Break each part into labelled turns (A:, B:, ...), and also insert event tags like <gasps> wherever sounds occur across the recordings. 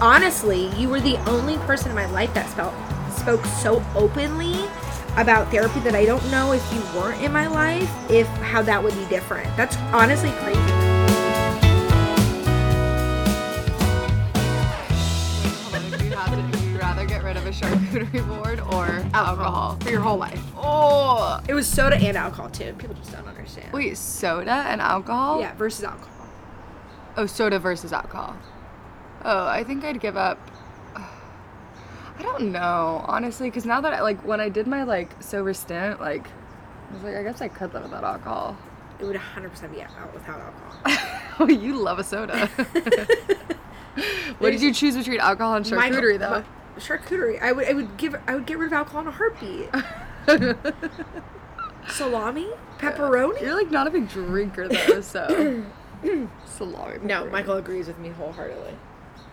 A: honestly, you were the only person in my life that felt, spoke so openly about therapy that I don't know if you weren't in my life, if how that would be different. That's honestly crazy.
B: Hold on, if you had to, would you rather get rid of a charcuterie <laughs> board or alcohol for your whole life? Oh,
A: It was soda and alcohol too. People just don't understand.
B: wait, soda and alcohol?
A: yeah, versus alcohol.
B: Oh, soda versus alcohol. Oh, I think I'd give up. <sighs> I don't know, honestly, because now that I like when I did my like sober stint, like I was like, I guess I could live without alcohol. <laughs>
A: It would 100% be out without alcohol. <laughs>
B: oh, you love a soda. <laughs> what did
A: There's-
B: you choose between alcohol and
A: My-
B: charcuterie, though?
A: my- charcuterie. I would I would give I would get rid of alcohol in a
B: <laughs>
A: heartbeat. Salami? Pepperoni?
B: You're like not a big drinker
A: <coughs>
B: though, so salami.
A: No,
B: pepperoni.
A: Michael agrees with me wholeheartedly.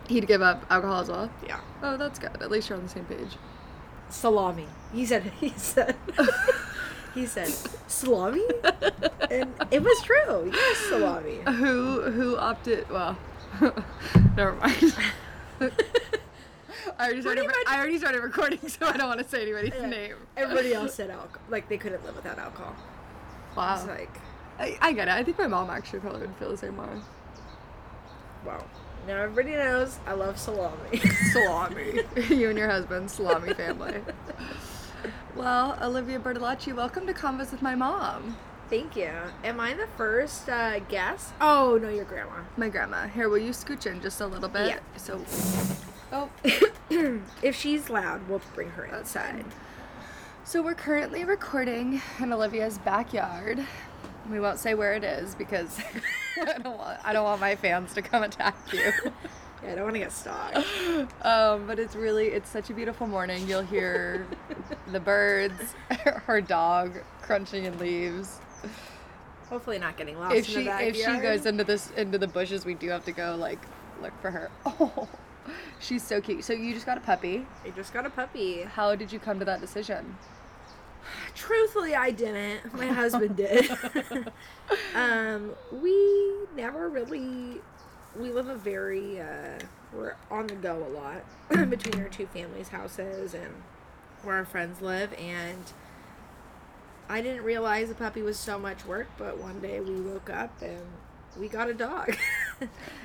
B: He'd give up alcohol as well.
A: Yeah.
B: Oh, that's good. At least you're on the same page.
A: <laughs> Salami. He said <laughs> he said he said salami? And it was true. Yes,
B: <laughs>
A: salami.
B: Who who opted? Well, <laughs>
A: <laughs>
B: never mind. I already started.
A: Pretty much-
B: I already started recording, so I don't want to say anybody's
A: Yeah.
B: name.
A: Everybody else said alcohol. Like they couldn't live without alcohol. I was
B: Wow.
A: like,
B: I, I get it. I think my mom actually probably would feel the same way.
A: wow. Now everybody knows I love salami.
B: <laughs> Salami. <laughs> you and your husband,
A: <laughs>
B: salami family. well, Olivia Bertolacci, welcome to Convos with my mom,
A: Thank you. Am I the first uh, guest? Oh no, your grandma.
B: my grandma. Here, will you scooch in just a little bit?
A: Yeah.
B: So. Oh.
A: If she's loud, we'll bring her inside.
B: So we're currently recording in Olivia's backyard. We won't say where it is because <laughs> I don't want I don't want my fans to come attack
A: <laughs>
B: you.
A: Yeah, I don't want to get
B: <laughs>
A: stalked.
B: Um, but it's really it's such a beautiful morning. You'll hear the birds, <laughs> her dog crunching in leaves.
A: Hopefully, not getting lost.
B: If
A: in the
B: she if she
A: backyard.
B: goes into this into the bushes, we do have to go like look for her. <laughs> Oh, she's so cute. So you just got a puppy.
A: I just got a puppy.
B: How did you come to that decision?
A: Truthfully, I didn't. My husband did. um, we never really. We live a very. Uh, we're on the go a lot <clears throat> between our two families' houses and where our friends live, and I didn't realize the puppy was so much work. But one day we woke up and we got a dog. <laughs>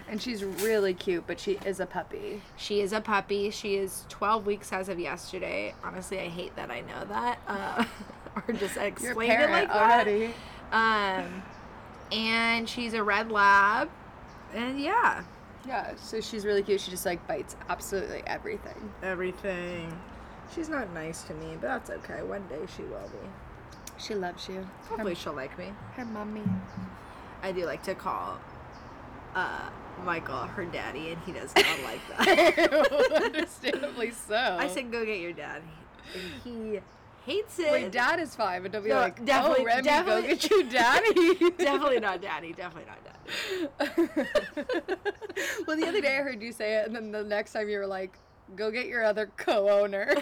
B: And she's really cute, but she is a puppy.
A: She is a puppy. She is 12 weeks as of yesterday. Honestly, I hate that I know that. Uh, <laughs> or just explained it like
B: already.
A: that. Um, and she's a red lab. And yeah,
B: Yeah, so she's really cute. She just like bites absolutely everything.
A: everything. She's not nice to me, but that's okay. One day she will be.
B: She loves you.
A: Hopefully she'll like me. <laughs>
B: Her mommy.
A: I do like to call uh, Michael her daddy, and he does not like that.
B: <laughs> <laughs> Understandably so.
A: I said, go get your dad. And he hates it.
B: Wait, dad is fine, but don't be
A: No,
B: like,
A: definitely-
B: oh, Remy,
A: definitely-
B: go get your daddy.
A: <laughs> definitely not daddy. Definitely not daddy.
B: <laughs> well, the other day I heard you say it, and then the next time you were like, go get your other co-owner. <laughs>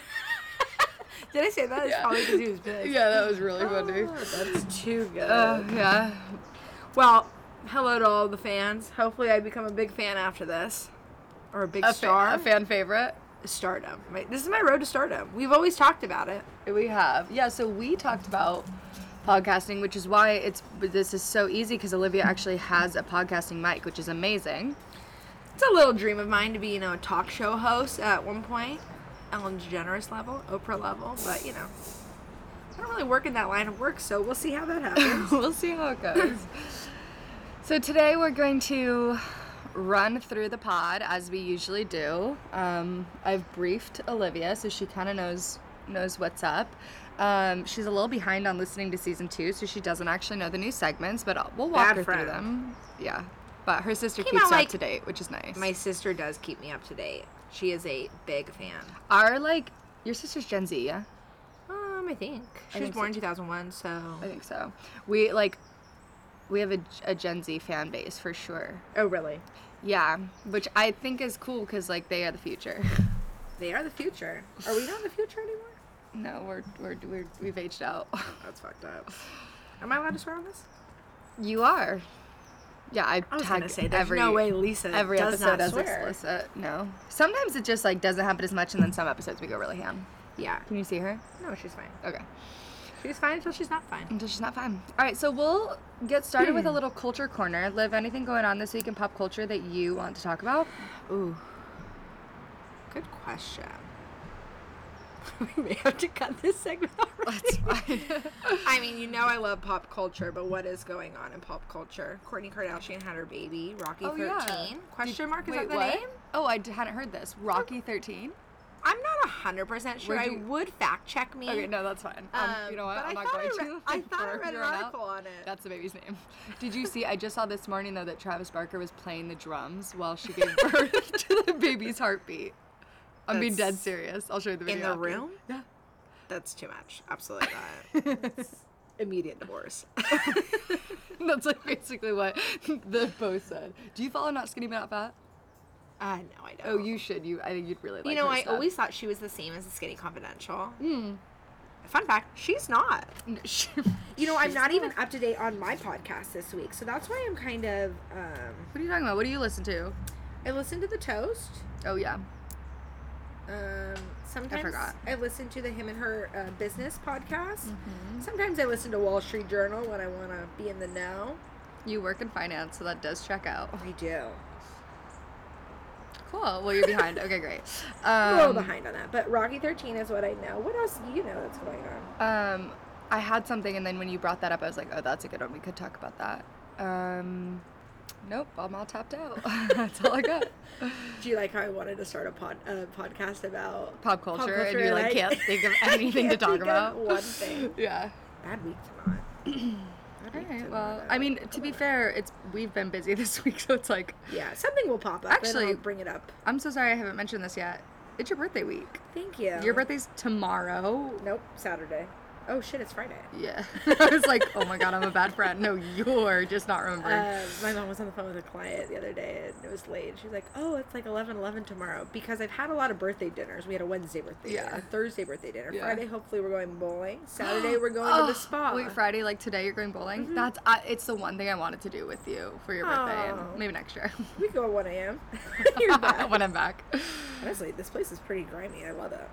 A: Did I say that? It's
B: Yeah.
A: probably because he was pissed.
B: yeah, that was really funny.
A: Oh, <laughs> that's too good.
B: Uh, yeah.
A: well, hello to all the fans. Hopefully, I become a big fan after this, or a big
B: A,
A: star.
B: fa- a fan favorite.
A: stardom. My- this is my road to stardom. We've always talked about it.
B: We have. Yeah, so we talked about podcasting, which is why it's this is so easy because Olivia actually has a podcasting mic, which is amazing. <laughs>
A: It's a little dream of mine to be, you know, a talk show host at one point, Ellen DeGeneres level, Oprah level. But you know, I don't really work in that line of work, so we'll see how that <coughs> happens.
B: we'll see how it goes. so today we're going to run through the pod as we usually do. Um, I've briefed Olivia, so she kind of knows knows what's up. Um, she's a little behind on listening to season two, so she doesn't actually know the new segments, but I'll- we'll walk
A: Bad
B: her
A: friend.
B: through them. Yeah. But her sister
A: Came
B: keeps
A: out,
B: her
A: like,
B: up to date, which is nice.
A: my sister does keep me up to date. She is a big fan.
B: Are like your sister's Gen Z, yeah?
A: Um, I think she was
B: think so.
A: born in 2001, so
B: I think so. We like we have a, a Gen Z fan base for sure.
A: Oh, really?
B: Yeah, which I think is cool because like they are the future. <laughs>
A: They are the future. Are we not the future anymore?
B: no, we're, we're we're we've aged out. <laughs>
A: <sighs> That's fucked up. Am I allowed to swear on this?
B: you are. Yeah, I,
A: I was
B: tag
A: gonna say there's
B: every
A: no way Lisa
B: every
A: does
B: episode
A: not
B: as
A: swear.
B: explicit. No, sometimes it just like doesn't happen as much, and then some episodes we go really ham.
A: Yeah.
B: Can you see her?
A: No, she's fine.
B: Okay.
A: She's fine until she's not fine.
B: Until she's not fine. All right, so we'll get started
A: Hmm.
B: with a little culture corner. Liv, anything going on this week in pop culture that you want to talk about?
A: Ooh. Good question. <laughs> we may have to cut this segment already. <laughs>
B: That's fine.
A: I mean, you know I love pop culture, but what is going on in pop culture? Courtney Kardashian had her baby, Rocky 13? Question
B: Oh, Did-
A: mark, is
B: wait,
A: that the
B: what?
A: name?
B: Oh, I d- hadn't heard this. Rocky 13?
A: I'm not 100% sure.
B: Where'd
A: I
B: you-
A: would fact check me.
B: Okay, no, that's fine. Um, you know what?
A: Mm. but
B: I'm
A: I
B: not
A: thought
B: going
A: I,
B: to. <laughs>
A: read- I thought I
B: burn
A: read an
B: you out.
A: article on it.
B: That's the baby's name. Did you see? I just saw this morning though that Travis Barker was playing the drums while
A: <laughs>
B: she gave birth to the baby's heartbeat. I'm being dead
A: That's-
B: serious. I'll show you the
A: in
B: video.
A: the
B: after.
A: room?
B: Yeah.
A: That's too much. Absolutely
B: <laughs>
A: not. <laughs> That's immediate divorce.
B: That's like basically what <laughs> the post said. Do you follow Not Skinny But Not Fat?
A: <laughs> Uh, no, I don't. Oh,
B: Oh, you should. You, I think you'd really like.
A: You know,
B: her
A: I
B: stuff. <laughs> Hmm.
A: always thought she was the same as the Skinny Confidential. Fun fact, she's not. You know, I'm
B: She's
A: not even up to date on my podcast this week, so that's why I'm kind of. Um,
B: What are you talking about? What do you listen to?
A: I listen to the Toast.
B: Oh yeah.
A: Um, sometimes I,
B: forgot.
A: listen to the Him and Her uh, Business podcast.
B: Mm-hmm.
A: Sometimes I listen to Wall Street Journal when I want to be in the know.
B: You work in finance, so that does check out.
A: I do.
B: Cool. Well,
A: <laughs>
B: you're behind. Okay, great. Um,
A: I'm a little behind on that, but Rocky 13 is what I know. What else do you know that's going on?
B: Um, I had something, and then when you brought that up, I was like, "Oh, that's a good one. We could talk about that." Um, nope, I'm all tapped out. <laughs> that's all
A: <laughs>
B: I got.
A: Do you like how I wanted to start a pod, uh, podcast about
B: Pop culture, and you like can't think of
A: <laughs> I
B: anything to
A: can't
B: talk
A: think of
B: about.
A: One
B: <laughs>
A: thing.
B: Yeah.
A: Bad week <clears throat> tonight. Bad
B: All
A: week
B: right.
A: tonight.
B: Well, I mean, to be fair, it's we've been busy <laughs> this week, so it's like
A: yeah, something will pop up.
B: Actually-
A: Actually, I'll bring it up.
B: I'm so sorry I haven't mentioned this yet. It's your birthday week.
A: Thank you.
B: Your birthday's tomorrow.
A: <laughs> Nope, Saturday. Oh shit, it's Friday.
B: Yeah. <laughs> I was like, oh my god, I'm a bad friend. No, you're just not remembering.
A: Uh, my mom was on the phone with a client the other day and it was late. And she was like, Oh, it's like 11 11 tomorrow because I've had a lot of birthday dinners. We had a Wednesday birthday
B: Yeah.
A: dinner, a Thursday birthday dinner.
B: Yeah.
A: Friday, hopefully, we're going bowling.
B: <gasps>
A: Saturday, we're going to
B: Oh,
A: the spa. Mm-hmm.
B: Wait, Friday, like today, you're going bowling. That's I, it's the one thing I wanted to do with you for your birthday,
A: Oh.
B: and maybe next year
A: we go at 1
B: <laughs>
A: a.m. <laughs> You're back.
B: when I'm back.
A: Honestly, this place is pretty grimy. I love it.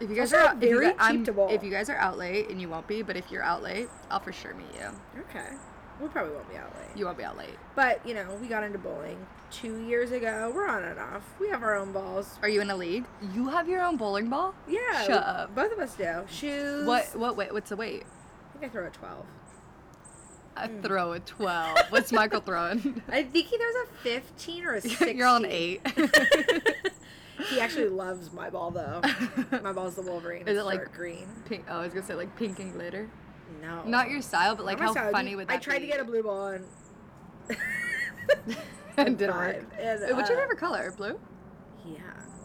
B: If you guys
A: Also,
B: are out, if you,
A: very
B: guys, I'm,
A: cheap to bowl.
B: if you guys are out late, and you won't be, but if you're out late, I'll for sure meet you.
A: Okay. We probably won't be out late.
B: You won't be out late.
A: But, you know, we got into bowling two years ago. We're on and off. We have our own balls.
B: Are you in a league? You have your own bowling ball.
A: Yeah.
B: Shut up.
A: Both of us do. Shoes.
B: What? What? Wait, what's the weight? Mm.
A: I think I throw a 12.
B: I throw a <laughs> twelve. What's Michael throwing? <laughs>
A: I think he throws a 15 or a 16.
B: You're on eight.
A: <laughs> He actually loves my ball,
B: <laughs>
A: though. my ball's the Wolverine.
B: Is
A: Is
B: it,
A: it
B: like,
A: dark green?
B: pink, oh, I was gonna say like pink and glitter.
A: No.
B: Not your style, but like
A: Oh. my
B: how
A: style.
B: funny would that
A: I tried
B: be?
A: to get
B: <laughs>
A: a blue ball and.
B: and didn't work.
A: <laughs> Five. And,
B: Wait, What's your
A: uh,
B: favorite color? Blue?
A: Yeah.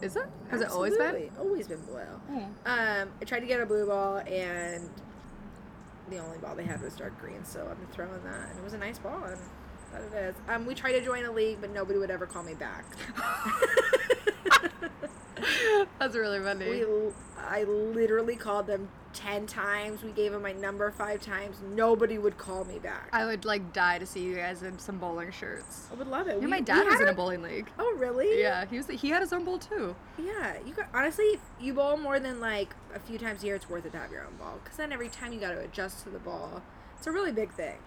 B: Is it? Has it always been?
A: Absolutely. Always been blue.
B: Oh.
A: Um, I tried to get a blue ball, and the only ball they had was dark green, so I'm throwing that. And it was a nice ball, and that it is. Um, we tried to join a league, but nobody would ever call me
B: <laughs>
A: back.
B: <laughs> That's really funny.
A: we, I literally called them ten times. We gave them my number five times. Nobody would call me back. I,
B: I would like die to see you guys in some bowling shirts.
A: would love it.
B: Yeah,
A: We-
B: my
A: we
B: dad was
A: had
B: in a
A: our-
B: bowling league.
A: Oh really?
B: Yeah, he was. He had his own bowl too.
A: Yeah, you got honestly, if you bowl more than like a few times a year, it's worth it to have your own ball. Because then every time you got to adjust to the ball, it's a really big thing.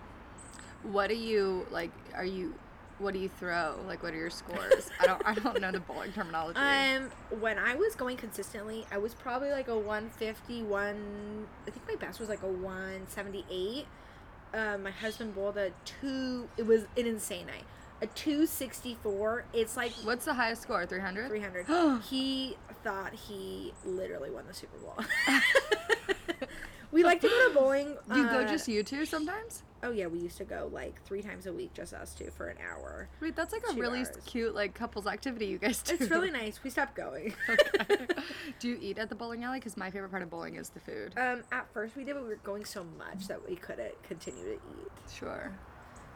B: What do you like? Are you? What do you throw? Like, what are your scores? I don't. I don't know the bowling terminology.
A: <laughs> Um, when I was going consistently, I was probably like a 150, one. I think my best was like a 178. Um, my husband bowled a two. It was an insane night. A 264. It's like
B: What's the highest score? Three hundred. <gasps>
A: 300. he thought he literally won the Super
B: <laughs>
A: Bowl. <laughs> we like to go to bowling.
B: You go
A: uh,
B: just you two sometimes.
A: Oh yeah, we used to go like three times a week, just us two for an hour.
B: Wait, that's like a
A: two
B: really
A: hours.
B: cute like couples activity you guys do.
A: It's really
B: <laughs>
A: nice. We stopped going. <laughs>
B: do you eat at the bowling alley? Because my favorite part of bowling is the food.
A: Uh, um, at first we did, but we were going so much that we couldn't continue to eat.
B: Sure.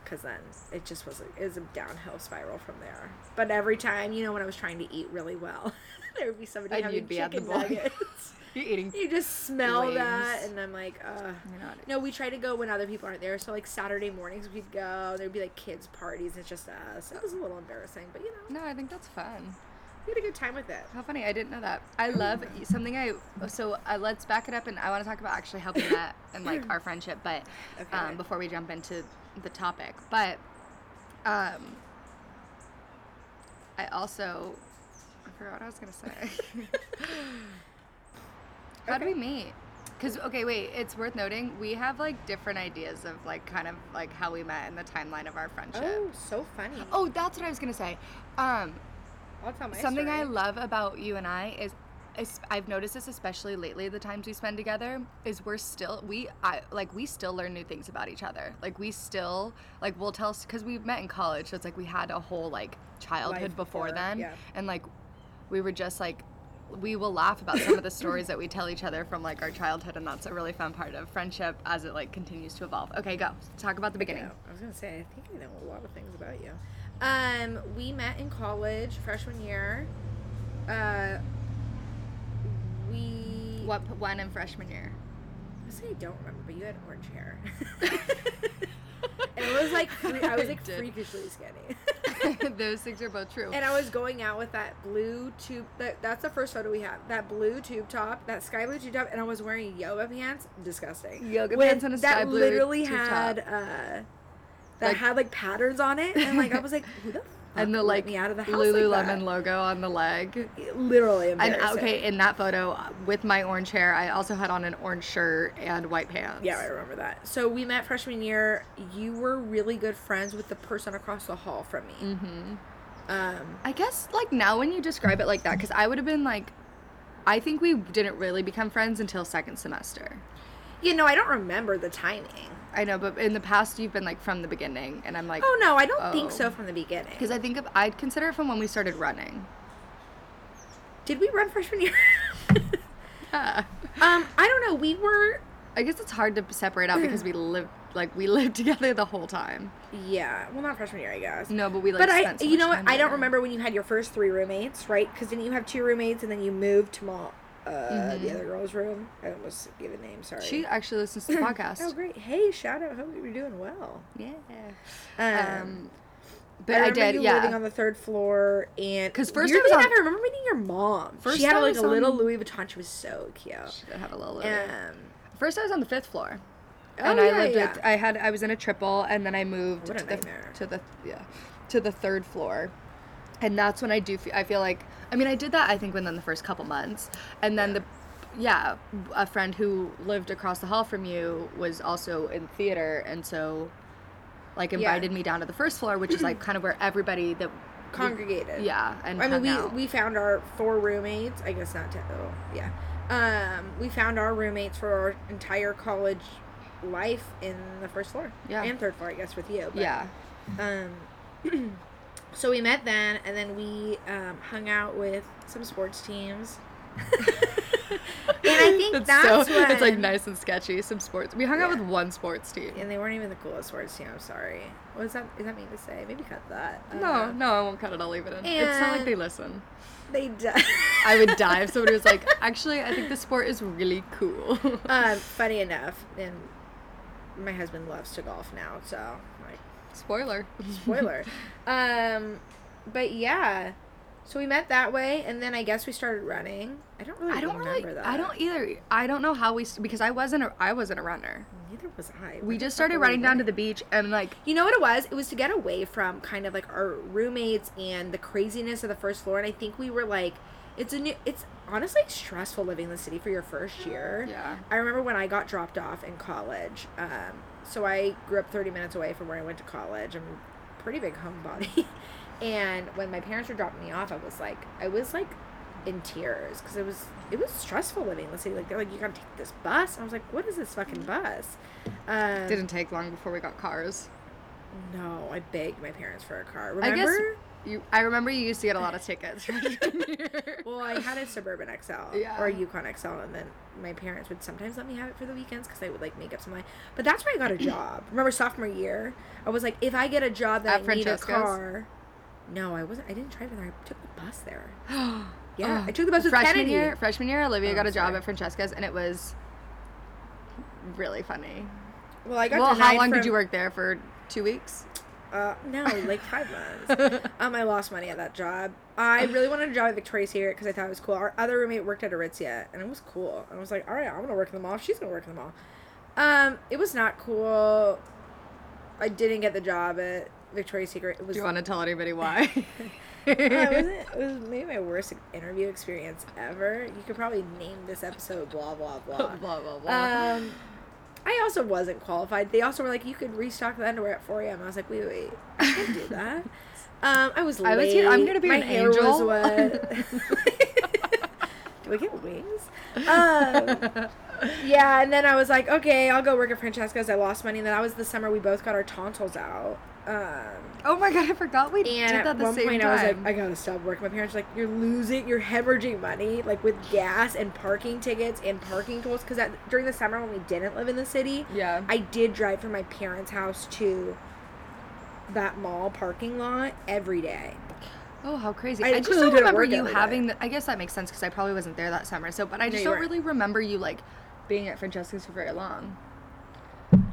A: because then it just was a, it was a downhill spiral from there. But every time, you know, when I was trying to eat really well, <laughs> there would be somebody
B: And
A: having
B: you'd be at the
A: chicken
B: bowl.
A: nuggets. <laughs>
B: You're eating.
A: you just smell that,
B: Wings.
A: and I'm like, ugh.
B: You're not-
A: No, we try to go when other people aren't there. So like Saturday mornings we'd go. There'd be like kids parties. and It's just us. It was a little embarrassing, but you know
B: No, I think that's fun.
A: we had a good time with it.
B: How funny! I didn't know that. I love e-, something I so uh, let's back it up, and I want to talk about actually <laughs> helping that and like our friendship, but
A: Okay.
B: um, before we jump into the topic, but um, I also I forgot what I was gonna <laughs> say. How do we meet? Because okay, wait, it's worth noting we have like different ideas of like kind of like how we met and the timeline of our friendship.
A: Oh, so funny.
B: Oh, that's what I was gonna say. Um,
A: I'll tell my
B: Something I
A: story.
B: love about you and I is, is I've noticed this especially lately the times we spend together is we're still we I like we still learn new things about each other. Like we still like we'll tell cuz we met in college so it's like we had a whole like childhood
A: Life
B: before
A: before,
B: then
A: yeah.
B: and like we were just like we will laugh about some of the stories that we tell each other from like our childhood and that's a really fun part of friendship as it like continues to evolve. Okay, go. Talk about the beginning.
A: Yeah, I was gonna say, I think I know a lot of things about you. Um, we met in college, freshman year. Uh, we.
B: What when in freshman year?
A: I say I don't remember, but you had orange
B: <laughs>
A: hair. <laughs> and it was like fre- I was like
B: Did.
A: freakishly
B: <laughs>
A: skinny.
B: Those things are both true.
A: and I was going out with that blue tube. That, that's the first photo we have. That blue tube top, that sky blue tube top, and I was wearing yoga pants. Disgusting.
B: Yoga
A: With-
B: pants and a sky
A: that
B: blue
A: literally
B: tube
A: had
B: top.
A: uh, that
B: Like-
A: had like patterns on it, and like I was like,
B: <laughs>
A: who the fuck
B: and the
A: let
B: like
A: me out of the house like
B: Lululemon
A: that?
B: logo on the leg.
A: literally
B: And uh,
A: embarrassing.
B: okay, in that photo uh, with my orange hair, I also had on an orange shirt and white pants.
A: Yeah, I remember that. So we met freshman year. You were really good friends with the person across the hall from me. Mm-hmm. Um,
B: I guess like now when you describe it like that, because I would have been like, I think we didn't really become friends until second semester.
A: you know, I don't remember the timing.
B: I know, but in the past you've been like from the beginning, and I'm like,
A: Oh no, I don't think
B: Oh.
A: so from the beginning.
B: because I think of I'd consider it from when we started running.
A: Did we run freshman year? <laughs>
B: Yeah.
A: um, I don't know. We were,
B: I guess it's hard to separate
A: <clears throat>
B: out because we lived like we <laughs> lived together the whole time.
A: yeah. Well, not freshman year, I guess.
B: No, but we like.
A: but I,
B: spent so
A: you
B: much
A: know what?
B: time
A: I don't
B: together.
A: remember when you had your first three roommates, right? Because then you have two roommates, and then you moved to Ma, uh, the other girl's room. I almost gave a name. Sorry.
B: Mm-hmm. She actually listens to
A: <clears throat>
B: the podcast.
A: Oh great! Hey, shout out. Hope you're doing well.
B: Yeah.
A: Um,
B: Um, but I,
A: remember
B: did,
A: you living
B: yeah.
A: on the third floor, and
B: 'Cause first
A: Weirdly
B: I was on-
A: enough, I remember meeting your mom.
B: First
A: she had
B: I
A: like
B: was
A: a little
B: on-
A: Louis Vuitton. She was so cute.
B: Should have a little.
A: Um,
B: First, I was on the fifth floor,
A: oh,
B: and I
A: yeah,
B: lived
A: yeah.
B: with. uh, I had. I was in a triple, and then I moved
A: What a
B: to the
A: nightmare.
B: to the yeah, to the third floor, and that's when I do. Fe- I feel like. I mean, I did that. I think within the first couple months, and then the. Yeah, a friend who lived across the hall from you was also in theater, and so, like,
A: Yeah.
B: invited me down to the first floor, which is like kind of where everybody that
A: congregated.
B: yeah, and
A: I mean,
B: hung
A: we
B: out.
A: we found our four roommates. I guess not. Te- oh, yeah. Um, we found our roommates for our entire college life in the first floor.
B: Yeah.
A: And third floor, I guess, with you. but,
B: yeah.
A: Um. <clears throat> so we met then, and then we um, hung out with some sports teams. And
B: <laughs>
A: I think that's
B: so, it's like
A: when-
B: nice and sketchy. Some sports. We hung out
A: Yeah.
B: with one sports team.
A: And they weren't even the coolest sports team. I'm sorry. What is that? Is that mean to say? Maybe cut that.
B: No,
A: Uh,
B: no, I won't cut it. I'll leave it in. It's not like
A: and-
B: they listen.
A: They. D- <laughs>
B: I would die if somebody was like, actually, I think this sport is really <laughs> cool.
A: Um, funny enough, and my husband loves to golf now, so like
B: Spoiler.
A: spoiler.
B: <laughs>
A: um, but yeah, so we met that way, and then I guess we started running. I don't really
B: I don't
A: remember
B: really.
A: that.
B: I don't either. I don't know how we s- because I wasn't a I wasn't a runner.
A: Neither was I.
B: We just started running down to the beach and like
A: You know what it was? It was to get away from kind of like our roommates and the craziness of the first floor, and I think we were like, it's a new. It's honestly stressful living in the city for your first year.
B: yeah.
A: I remember when I got dropped off in college. Um, so I grew up 30 minutes away from where I went to college. I'm a pretty big homebody. <laughs> and when my parents were dropping me off, I was like, I was like in tears because it was it was stressful living in the city. Like they're like, you gotta take this bus. And I was like, what is this fucking bus? Um,
B: Didn't take long before we got cars.
A: no, I begged my parents for a car.
B: I guess
A: Remember?
B: You, I remember you used to get a lot
A: <laughs>
B: of tickets. <laughs> freshman year.
A: Well, I had a Suburban XL
B: Yeah.
A: or a Yukon XL, and then my parents would sometimes let me have it for the weekends because I would like make up some money. But that's where I got a
B: <clears throat>
A: job. Remember sophomore year, I was like, if I get a job that
B: At
A: I need a
B: Francesca's?
A: car. No, I wasn't. I didn't drive there. I took the bus
B: <gasps>
A: there. Yeah,
B: Oh.
A: I took the bus with
B: freshman
A: Kennedy.
B: year. Freshman year, Olivia
A: Oh,
B: got a job
A: sorry.
B: at Francesca's, and it was really funny.
A: Well, I got.
B: Well, how
A: denied
B: long did
A: from-
B: you work there for?
A: <laughs>
B: Two weeks.
A: Uh, no, like five
B: <laughs>
A: months. um, I lost money at that job. I really wanted a job at Victoria's Secret because I thought it was cool. Our other roommate worked at Aritzia, and it was cool. And I was like, all right, I'm gonna work in the mall. She's gonna work in the mall. Um, it was not cool. I didn't get the job at Victoria's Secret. It was.
B: Do
A: <laughs>
B: you want to tell anybody why? <laughs>
A: Uh, it, wasn't, it was maybe my worst interview experience ever. You could probably name this episode blah blah
B: <laughs> blah
A: blah.
B: blah blah.
A: Um, I also wasn't qualified. They also were like, you could restock the underwear at 4 a.m. I was like, wait, wait, I can do that.
B: <laughs>
A: Um, I was late.
B: I was here- I'm gonna be
A: My
B: an
A: hair was
B: angel. <laughs>
A: wet. <laughs> do I get wings? Um, yeah, and then I was like, okay, I'll go work at Francesca's. I lost money. And then that was the summer we both got our tonsils out. Um,
B: oh my god, I forgot we did
A: and
B: that
A: at
B: the
A: one
B: same
A: point,
B: time.
A: I was like, I gotta stop working. My parents were like, you're losing, you're hemorrhaging money, like with gas and parking tickets and parking tolls. Because during the summer when we didn't live in the city,
B: yeah.
A: I did drive from my parents' house to that mall parking lot every day.
B: Oh, how crazy!
A: I
B: I, just
A: literally
B: don't
A: didn't
B: remember
A: work
B: you
A: every
B: having. The, I guess that makes sense because I probably wasn't there that summer. So, but I
A: you
B: just don't
A: weren't.
B: really remember you like being at Francesca's for very long.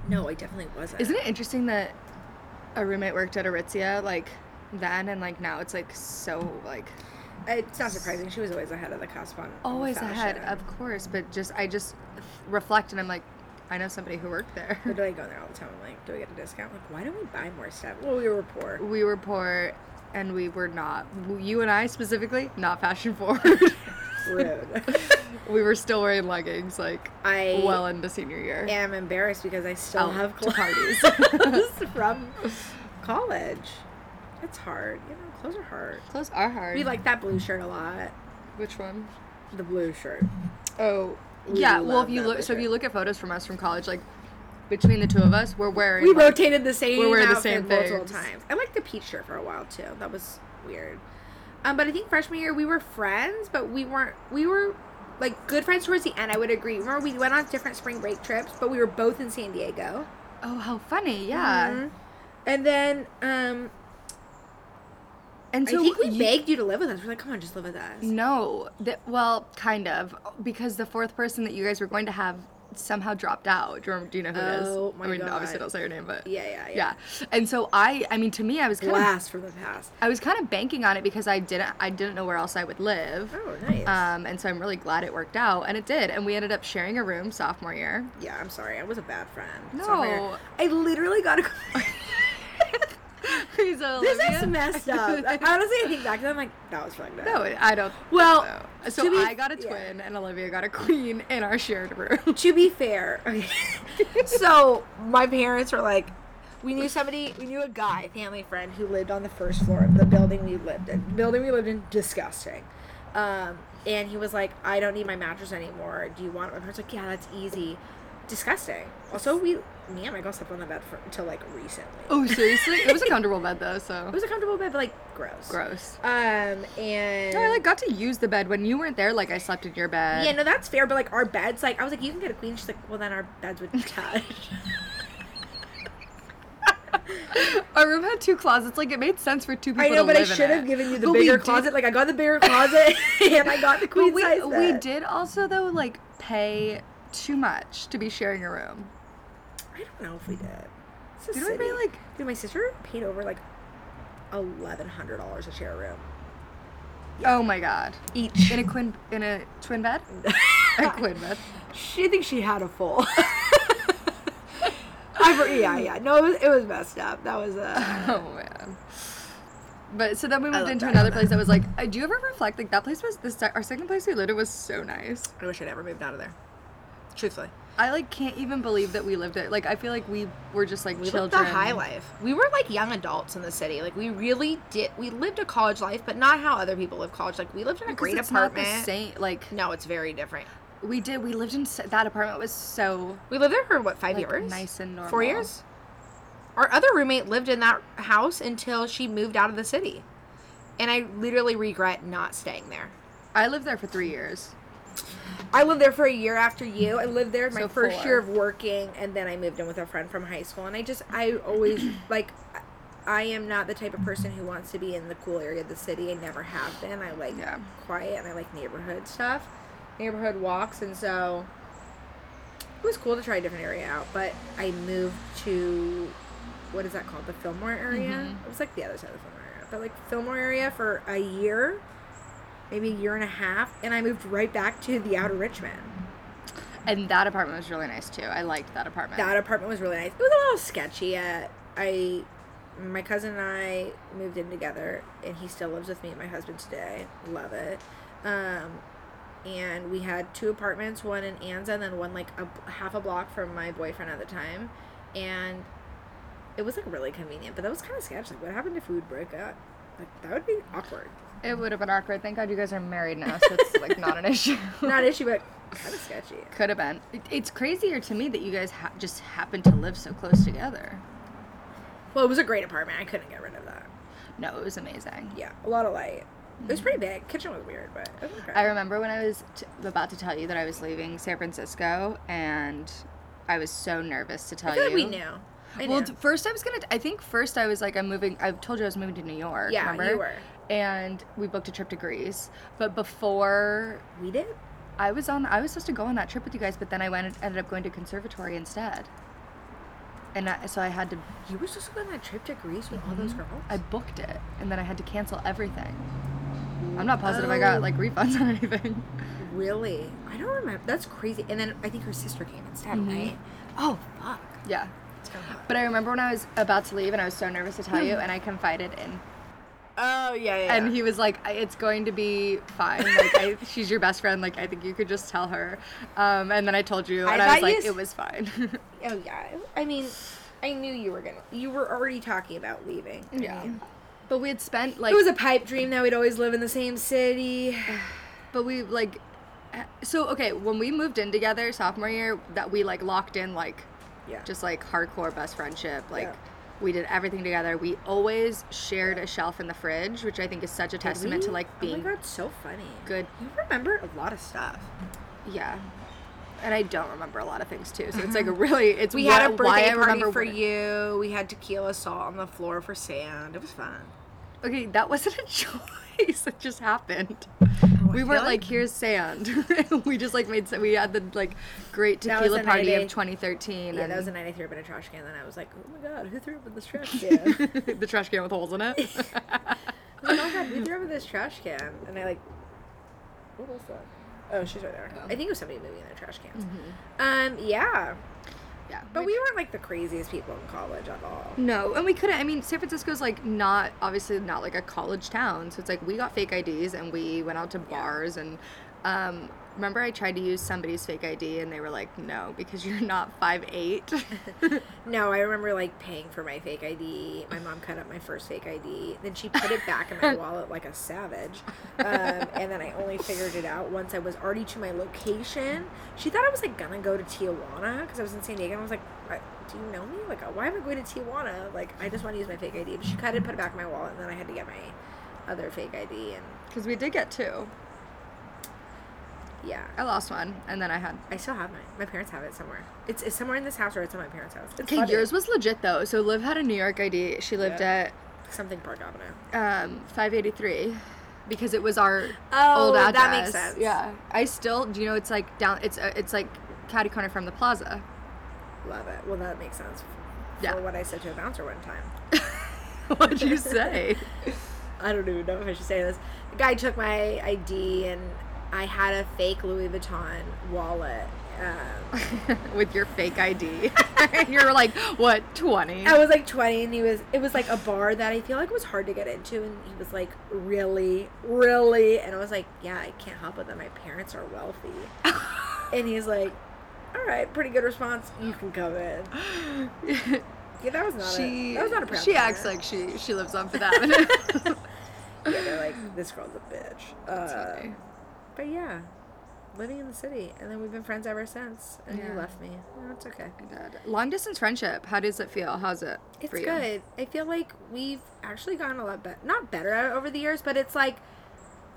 A: No, I definitely wasn't.
B: Isn't it interesting that a roommate worked at Aritzia like then and like now it's like so like
A: It's not surprising. She was always ahead of the cusp on on
B: always
A: fashion.
B: ahead, of course. But just I just reflect and I'm like, I know somebody who worked <laughs> there.
A: Literally going there all the time. I'm like, do I get a discount? Like, why don't we buy more stuff? Well, we were poor.
B: <laughs> we were poor, and we were not. You and I specifically not fashion forward. <laughs>
A: Rude. <laughs>
B: we were still wearing leggings like
A: I
B: well into senior year.
A: am embarrassed because I still
B: Out
A: have
B: Oh, to parties.
A: clothes <laughs>
B: <laughs>
A: from college. It's hard. You know, clothes are hard.
B: Clothes are hard.
A: We like that blue shirt a lot.
B: which one?
A: The blue shirt.
B: Oh,
A: We
B: yeah. Well,
A: love
B: if you
A: that
B: look, so if
A: picture.
B: you look at photos from us from college, like between the two of us, we're wearing.
A: We
B: like-
A: rotated the same
B: We're wearing the
A: outfit
B: same
A: multiple
B: things.
A: times. I liked the peach shirt for a while too. That was weird. Um, but I think freshman year we were friends, but we weren't. We were like good friends towards the end. I would agree. Remember we went on different spring break trips, but we were both in San Diego.
B: Oh, how funny! Yeah.
A: Mhm. And then um,
B: And so
A: I think we
B: you-
A: begged you to live with us. We're like, come on, just live with us.
B: No, that well, kind of, because the fourth person that you guys were going to have somehow dropped out. Do you, remember, do you know who it is?
A: Oh, my
B: I mean,
A: God.
B: obviously, don't say her name, but
A: Yeah, yeah, yeah.
B: And so I, I mean, to me, I was kind of,
A: Blast from the past.
B: I was kind of banking on it because I didn't, I didn't know where else I would live.
A: Oh, nice.
B: Um, and so I'm really glad it worked out, and it did. And we ended up sharing a room
A: <gasps>
B: sophomore year. <laughs>
A: yeah, I'm sorry. I was a bad friend.
B: No.
A: Sorry. I literally
B: <laughs>
A: got a. <laughs>
B: Please, Olivia.
A: This is messed up.
B: <laughs>
A: I- Honestly, I think back to that, I'm like, that was fucked up.
B: no, I don't. think
A: Well,
B: so, So
A: to be-
B: I got a
A: yeah.
B: twin, and Olivia got a queen in our shared room.
A: To be fair,
B: <laughs>
A: okay. so my parents were like, we knew somebody, we knew a guy, family friend, who lived on the first floor of the building we lived in. building we lived in, disgusting. Um, and he was like, I don't need my mattress anymore. Do you want it? My parents were like, yeah, that's easy. Disgusting. Also, we, me and my girl slept on the bed for, until like recently.
B: oh, seriously? It was a comfortable bed though, so
A: It was a comfortable bed, but like gross.
B: gross.
A: Um, and
B: No, I like got to use the bed when you weren't there. Like I slept in your bed.
A: Yeah, no, that's fair. But like our beds, like I was like, you can get a queen. She's like, well, then our beds would
B: <laughs>
A: touch.
B: Our room had two closets. Like it made sense for two people.
A: I know,
B: to
A: but I
B: live in
A: should have
B: it.
A: given you the
B: But we
A: bigger
B: did-
A: closet. Like I got the bigger <laughs> closet, and I got the
B: But
A: queen
B: we
A: size.
B: we
A: bed.
B: did also though like pay too much to be sharing a room.
A: I don't know if we did. It's a
B: Did we pay
A: city.
B: like?
A: Dude, my sister paid over like eleven hundred dollars to share a room.
B: Oh my god.
A: Each.
B: In a quin in a twin
A: <laughs>
B: bed. a quin bed.
A: she thinks she had a full. <laughs> I, for- yeah, yeah. No, it was, it was messed up. That was uh,
B: Oh man. But so then we moved
A: love
B: into
A: that
B: another
A: about
B: place that was like. I do you ever reflect like that place was the se- our second place we lived in was so nice.
A: <sighs> I wish I never moved out of there. Truthfully,
B: I like can't even believe that we lived it. Like I feel like we were just like
A: we
B: children.
A: lived the high life. We were like young adults in the city. Like we really did. We lived a college life, but not how other people live college. Like we lived in a
B: Because
A: great
B: it's
A: apartment.
B: Not the same. Like
A: No, it's very different.
B: we did. We lived in s- that apartment was so
A: We lived there for what five
B: like,
A: years?
B: nice and normal.
A: Four years. Our other roommate lived in that house until she moved out of the city. and I literally regret not staying there.
B: I lived there for three years.
A: I lived there for a year after you. I lived there my
B: So
A: first
B: four.
A: year of working, and then I moved in with a friend from high school. And I just, I always <clears throat> like, I am not the type of person who wants to be in the cool area of the city. I never have been. I like
B: Yeah.
A: quiet and I like neighborhood stuff, neighborhood walks, and so it was cool to try a different area out. But I moved to what is that called? The Fillmore area. It was like the other side of the Fillmore area, but like Fillmore area for a year, maybe a year and a half, and I moved right back to the outer Richmond.
B: And that apartment was really nice too. I liked that apartment.
A: That apartment was really nice. It was a little sketchy. Uh, I, my cousin and I moved in together, and he still lives with me and my husband today. Love it. Um, and we had two apartments, one in Anza, and then one like a half a block from my boyfriend at the time, and it was like really convenient. But that was kind of sketchy. Like, what happened if we would break up? Like that would be awkward.
B: it would have been awkward. Thank God you guys are married now, so it's like
A: <laughs>
B: not an issue.
A: Not an issue, but kind of sketchy.
B: Could have been. It, it's crazier to me that you guys ha- just happen to live so close together.
A: Well, it was a great apartment. I couldn't get rid of that.
B: No, it was amazing.
A: Yeah, a lot of light. It was pretty big. Kitchen was weird, but it was okay.
B: I remember when I was t- about to tell you that I was leaving San Francisco, and I was so nervous to tell
A: I feel
B: you.
A: like we knew. I
B: well,
A: knew.
B: t- first I was gonna. I think first I was like, I'm moving. I told you I was moving to New York.
A: Yeah,
B: remember?
A: you were.
B: And we booked a trip to Greece. But before
A: we did.
B: I was on, I was supposed to go on that trip with you guys, but then I went and ended up going to conservatory instead. And I, so I had to.
A: You were supposed to go on that trip to Greece with all those girls.
B: I booked it, and then I had to cancel everything. I'm not positive I got
A: Oh.
B: like refunds <laughs> on anything.
A: really? I don't remember. That's crazy. And then I think her sister came instead,
B: Mm-hmm.
A: right? Oh fuck.
B: Yeah.
A: It's kinda hot.
B: But I remember when I was about to leave and I was so nervous to tell you, and I confided in.
A: Oh yeah, yeah.
B: And he was like, "I- "It's going to be fine. Like, I, <laughs> she's your best friend. Like, I think you could just tell her." Um, and then I told you,
A: I
B: and I, was
A: thought you
B: like,
A: s-
B: "It was fine." <laughs>
A: oh yeah. I mean, I knew you were gonna. You were already talking about leaving. I mean,
B: But we had spent like
A: it was a pipe dream that we'd always live in the same city.
B: But we like, eh, so okay, when we moved in together sophomore year, that we like locked in like,
A: Yeah.
B: just like hardcore best friendship. Like,
A: Yeah.
B: we did everything together. We always shared a shelf in the fridge, which I think is such a testament to
A: We-
B: like being
A: Oh my god, so funny.
B: good.
A: You remember a lot of stuff.
B: Yeah. And I don't remember a lot of things too, so it's like a really it's
A: We
B: why-
A: had a
B: why I
A: birthday party
B: remember
A: for
B: what-
A: you. We had tequila salt on the floor for sand. It was fun.
B: Okay, that wasn't a <laughs> choice. It just happened.
A: Oh,
B: we
A: I
B: weren't
A: feel
B: like
A: like-
B: here's sand. <laughs> we just like made s- we had the like great
A: That was
B: tequila
A: the night
B: party
A: I-
B: of 2013.
A: Yeah,
B: and
A: that was the night I threw up in a trash can. Then I was like, oh my god, who threw up in this trash can? <laughs> I
B: <laughs> the trash can with holes in it.
A: was like, oh my god, who threw up in this trash can? And I like, what was that? Oh, she's right there. I think it was somebody moving in their trash cans. Um, <laughs> yeah,
B: yeah,
A: but we weren't like the craziest people in college at all.
B: no, and we couldn't. I mean, San Francisco's like not obviously not like a college town, so it's like we got fake IDs and we went out to bars and. Um, remember, I tried to use somebody's fake ID and they were like, "No, because you're
A: <laughs>
B: not <laughs> 5'8".
A: No, I remember like paying for my fake ID. My mom cut up my first fake ID. Then she put it back in
B: <laughs>
A: my wallet like a savage. Um, and then I only figured it out once I was already to my location. She thought I was like gonna go to Tijuana because I was in San Diego. And I was like, "What? do you know me? Like, uh, why am I going to Tijuana? Like, I just want to use my fake ID. But she cut it, put it back in my wallet, and then I had to get my other fake ID. And
B: Because we did get two.
A: yeah,
B: I lost one, and then I had.
A: I still have mine. My parents have it somewhere. It's, it's somewhere in this house or it's in my parents' house. It's
B: Okay,
A: funny.
B: yours was legit though. So Liv had a New York ID. She lived
A: Yeah. something Park Avenue.
B: at um, 583 because it was our
A: Oh,
B: old address.
A: that makes sense.
B: Yeah, I still. Do you know it's like down? It's uh, it's like catty corner from the
A: <laughs>
B: plaza. <laughs>
A: Love it. Well, that makes sense.
B: Yeah.
A: For what I said to a bouncer one time.
B: What'd you say?
A: I don't even know if I should say this. The guy took my ID and I had a fake Louis Vuitton wallet. Um,
B: <laughs> With your fake ID, <laughs> you're like what twenty? <laughs>
A: I was like 20 and he was, it was like a bar that I feel like was hard to get into. And he was like, really, really? And I was like, yeah, I can't help it that my parents are
B: <laughs>
A: wealthy. and he's like, all right, pretty good response. You can come in. Yeah, that was not
B: she
A: a, that was not a proud
B: she acts
A: moment.
B: like she she lives on for <laughs> that.
A: Um, yeah, they're like, this girl's a bitch. Uh, But yeah, living in the city, and then we've been friends ever since. And you
B: Yeah.
A: left me. No, it's okay.
B: I did. Long distance friendship. How does it feel? How's it
A: It's
B: for you?
A: good. I feel like we've actually gotten a lot better. Not better at it over the years, but it's like,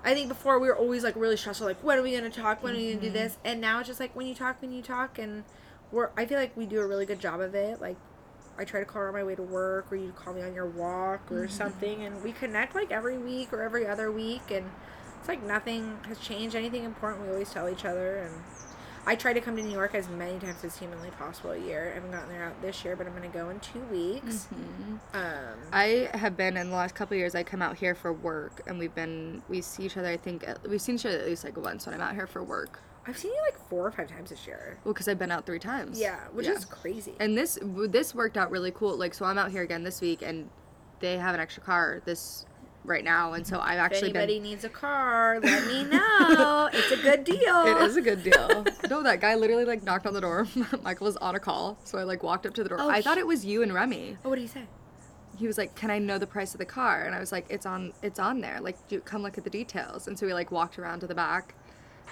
A: I think before we were always like really stressful, like when are we gonna talk? When are we gonna do this? And now it's just like when you talk, when you talk, and we're. I feel like we do a really good job of it. Like, I try to call her on my way to work, or you call me on your walk, or something, and we connect like every week or every other week, and it's like nothing has changed. Anything important, we always tell each other, and. I try to come to New York as many times as humanly possible a year. I haven't gotten there out this year, but I'm going to go in two weeks.
B: Mhm.
A: Um,
B: I have been in the last couple of years. I come out here for work, and we've been we see each other. I think at- we've seen each other at least like once when I'm out here for work.
A: I've seen you like four or five times this year.
B: Well, because I've been out three times.
A: Yeah, which is crazy.
B: And this w- this worked out really cool. Like, so I'm out here again this week, and they have an extra car this right now, and so
A: if
B: I've actually been.
A: anybody needs a car, let <laughs> me know. it's a good deal.
B: <laughs> It is a good
A: <laughs>
B: deal. no, that guy literally like knocked on the door. <laughs> Michael was on a call, so I like walked up to the door.
A: Oh,
B: I thought
A: sh-
B: it was you and Remy.
A: Oh, what do you say?
B: He was like, "Can I know the price of the car?" And I was like, "It's on, it's on there. Like, do, come look at the details." And so we like walked around to the back,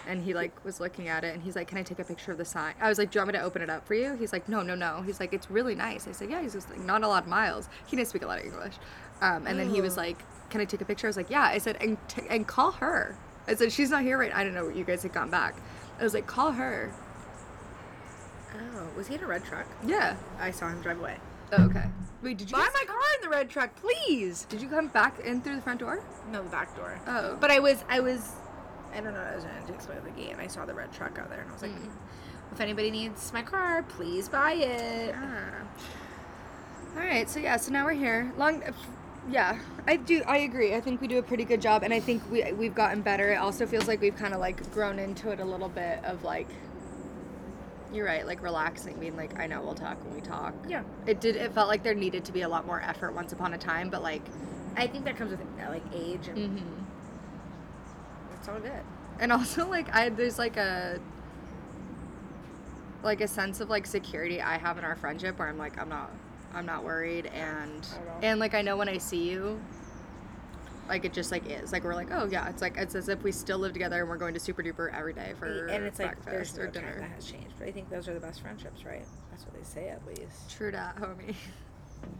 B: and he like was looking at it, and he's like, "Can I take a picture of the sign?" I was like, "Do you want me to open it up for you?" He's like, "No, no, no." He's like, "It's really nice." I said, "Yeah." He's just like, "Not a lot of miles." He didn't speak a lot of English, um, and then he was
A: Oh.
B: like, "Can I take a picture?" I was like, "Yeah." I said, "And t- and call her." I said, "She's not here right." I don't know. You guys had gone back. I was like, "Call her."
A: Oh, was he in a red truck?
B: Yeah.
A: I saw him drive away.
B: Oh, okay. Wait, did you?
A: Buy
B: guys-
A: my car in the red truck, please.
B: did you come back in through the front door?
A: No, the back door.
B: Oh.
A: But I was, I was, I don't know what I was going to explain the gate, and I saw the red truck out there, and I was like, if anybody needs my car, please buy it.
B: Ah. All right, so yeah, so now we're here. Long, yeah, I do. I agree. I think we do a pretty good job, and I think we we've gotten better. It also feels like we've kind of like grown into it a little bit of like. You're right, like relaxing, being like, I know we'll talk when we talk.
A: Yeah.
B: It did. It felt like there needed to be a lot more effort once upon a time, but like,
A: I think that comes with uh, like age, and it's all good.
B: and also like, I there's like a. Like a sense of like security I have in our friendship, where I'm like, I'm not, I'm not worried, and
A: I don't.
B: and like I know when I see you, like it just like is like we're like oh yeah it's like it's as if we still live together and we're going to super duper every day for
A: E, and it's like there's
B: breakfast
A: no
B: or
A: time that
B: dinner.
A: has changed. But I think those are the best friendships, right? That's what they say at least.
B: True dat, homie.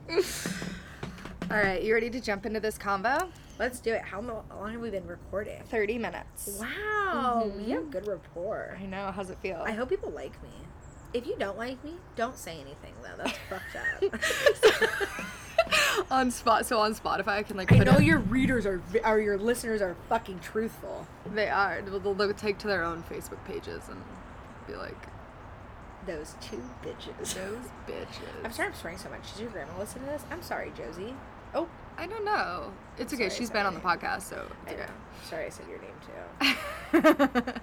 B: <laughs> All right, you ready to jump into this combo?
A: Let's do it. How mo- how long have we been recording?
B: Thirty minutes.
A: Wow, we have
B: Mhm.
A: good rapport.
B: I know. How's it feel? <laughs>
A: I hope people like me. If you don't like me, don't say anything though. That's <laughs> fucked up.
B: <laughs> on spot. So on Spotify, I can like.
A: I
B: put
A: know
B: in-
A: your readers are vi- or your listeners are fucking truthful.
B: They are. They'll, they'll take to their own Facebook pages and be like,
A: Those two bitches.
B: those bitches.
A: I'm sorry I'm swearing so much. Did your grandma listen to this? I'm sorry, Josie. Oh,
B: I don't know. It's okay.
A: Sorry,
B: She's been on the podcast, so it's
A: I
B: okay.
A: know. Sorry, I said your name too.
B: <laughs>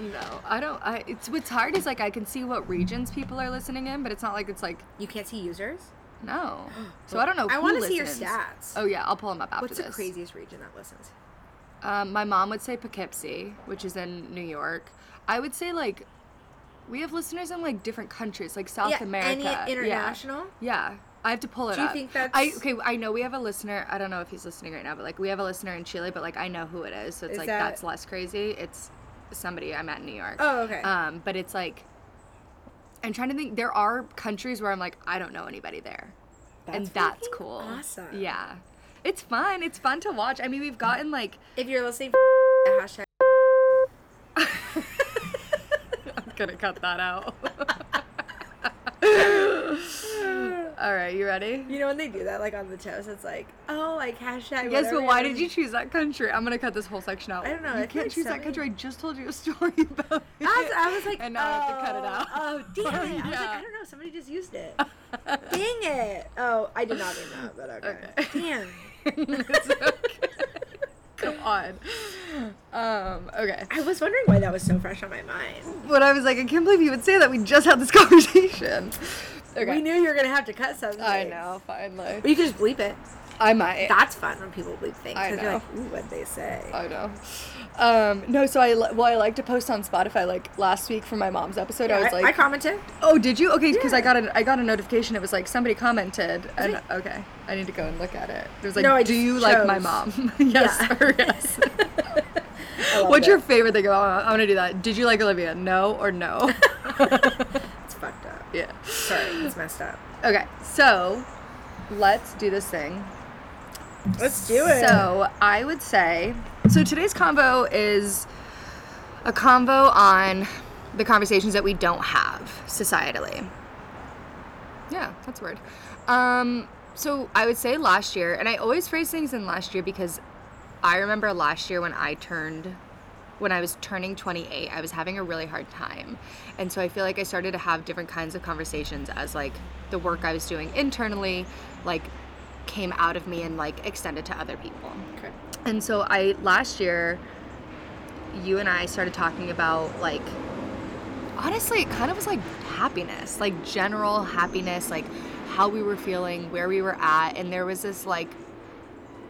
B: no, I don't. I it's what's hard is like I can see what regions people are listening in, but it's not like it's like
A: You can't see users.
B: no. So I don't know.
A: <gasps> I
B: who
A: want to see your
B: listens.
A: stats.
B: Oh yeah, I'll pull them up after
A: What's the
B: this.
A: craziest region that listens?
B: Um, my mom would say Poughkeepsie, which is in New York. I would say like we have listeners in like different countries, like South America. Yeah.
A: Any international?
B: Yeah. I have to pull it
A: Do you
B: up.
A: think that's-
B: I okay? I know we have a listener. I don't know if he's listening right now, but like we have a listener in Chile. But like I know who it is, so it's
A: Is
B: like
A: that-
B: that's less crazy. It's somebody I met in New York.
A: Oh, okay.
B: Um, but it's like I'm trying to think. There are countries where I'm like I don't know anybody there, and that's
A: freaking
B: cool.
A: Awesome.
B: Yeah, it's fun. It's fun to watch. I mean, we've gotten like
A: If you're listening, <laughs> for hashtag.
B: I'm gonna cut
A: <laughs>
B: that out. All right, you ready?
A: You know when they do that, like on the toast, it's like, oh, like hashtag.
B: Yes,
A: whatever
B: but why
A: it
B: did
A: is.
B: you choose that country? I'm gonna cut this whole section out.
A: I don't know, I
B: You
A: feel
B: can't
A: like
B: choose
A: so
B: that country. I
A: many-
B: just told you a story <laughs> about it.
A: That's, <laughs> I was like,
B: and now
A: oh,
B: I have to cut it out.
A: Oh,
B: <laughs>
A: damn it! I was like,
B: Yeah.
A: I don't know. Somebody just used
B: <laughs>
A: it. Dang it! Oh, I did not mean that, but okay.
B: Okay.
A: Damn. "Oh,
B: <laughs> It's okay. Come on. Um, okay.
A: I was wondering why that was so fresh on my mind.
B: But I was like, I can't believe you would say that. We just had this <laughs> conversation. Okay.
A: We knew you were gonna have to cut something.
B: I know, finally.
A: But you could just bleep it.
B: I might.
A: That's fun when people bleep things.
B: I
A: 'cause You're
B: know.
A: like, ooh, what'd they say?
B: I know. Um, no, so I li- well, I like to post on Spotify. Like last week for my mom's episode, I was
A: I,
B: like,
A: I commented.
B: "Oh, did you?" Okay, because I
A: Yeah.
B: got a I got a notification. It was like somebody commented, and
A: it?
B: okay, I need to go and look at it. It was like,
A: No, I
B: "Do <laughs>
A: just
B: you like my
A: chose. <laughs>
B: mom?" yes
A: Yeah.
B: or yes.
A: loved
B: <laughs> What's your
A: it.
B: favorite thing about? I want to do that. Did you like Olivia? No or
A: <laughs>
B: no?
A: It's fucked up.
B: yeah.
A: Sorry, it's messed up.
B: Okay, so let's do this thing.
A: Let's do it.
B: So I would say so today's combo is a combo on the conversations that we don't have societally. Yeah, that's a word. Um, so I would say last year, and I always phrase things in last year because I remember last year when I turned when I was turning 28, I was having a really hard time. And so I feel like I started to have different kinds of conversations as like the work I was doing internally like came out of me and like extended to other people.
A: okay.
B: And so I last year you and I started talking about like honestly it kind of was like happiness, like general happiness, like how we were feeling, where we were at, and there was this like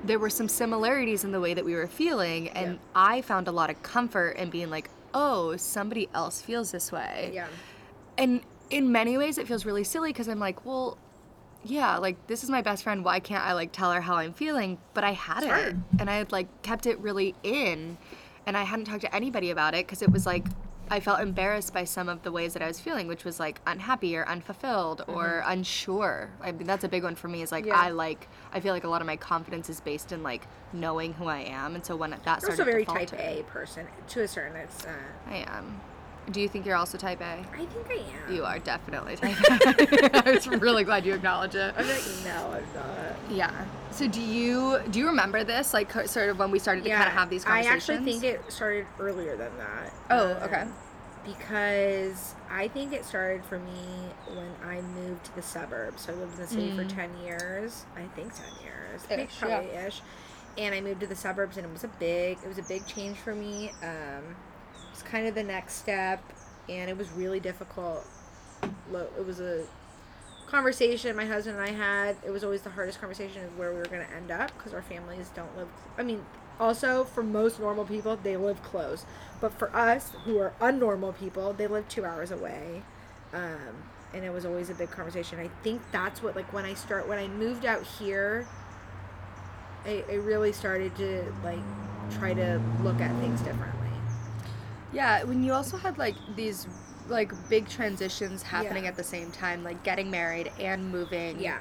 B: there were some similarities in the way that we were feeling and
A: Yeah.
B: I found a lot of comfort in being like, "Oh, somebody else feels this way."
A: Yeah.
B: and in many ways it feels really silly because i'm like well yeah like this is my best friend why can't i like tell her how i'm feeling but i had it
A: hard.
B: and i had like kept it really in and i hadn't talked to anybody about it because it was like i felt embarrassed by some of the ways that i was feeling which was like unhappy or unfulfilled or unsure i mean that's a big one for me is like
A: Mm-hmm. Yeah.
B: i like i feel like a lot of my confidence is based in like knowing who i am and so when that
A: You're
B: started
A: also very
B: to falter,
A: type A person to a certain extent.
B: i am do you think you're also type a
A: I think I am.
B: you are definitely type A. <laughs> I was really glad you acknowledge it.
A: I'm like, no, I'm not.
B: Yeah. So do you do you remember this like co- sort of when we started to kind of have these
A: I
B: conversations?
A: actually think it started earlier than that.
B: Oh,
A: um,
B: okay.
A: Because I think it started for me when I moved to the suburbs. So I lived in the city for 10 years. I think 10 years. I think
B: Mm. Ish, yeah.
A: probably ish. And I moved to the suburbs and it was a big it was a big change for me. Um it was kind of the next step and it was really difficult. Lo- It was a conversation my husband and I had, it was always the hardest conversation of where we were going to end up because our families don't live. I mean, also for most normal people, they live close, but for us who are unnormal people, they live two hours away, um, and it was always a big conversation. I think that's what like when I start when I moved out here, I, I really started to like try to look at things differently.
B: Yeah, when you also had like these like big transitions happening
A: Yeah.
B: at the same time, like getting married and moving.
A: Yeah,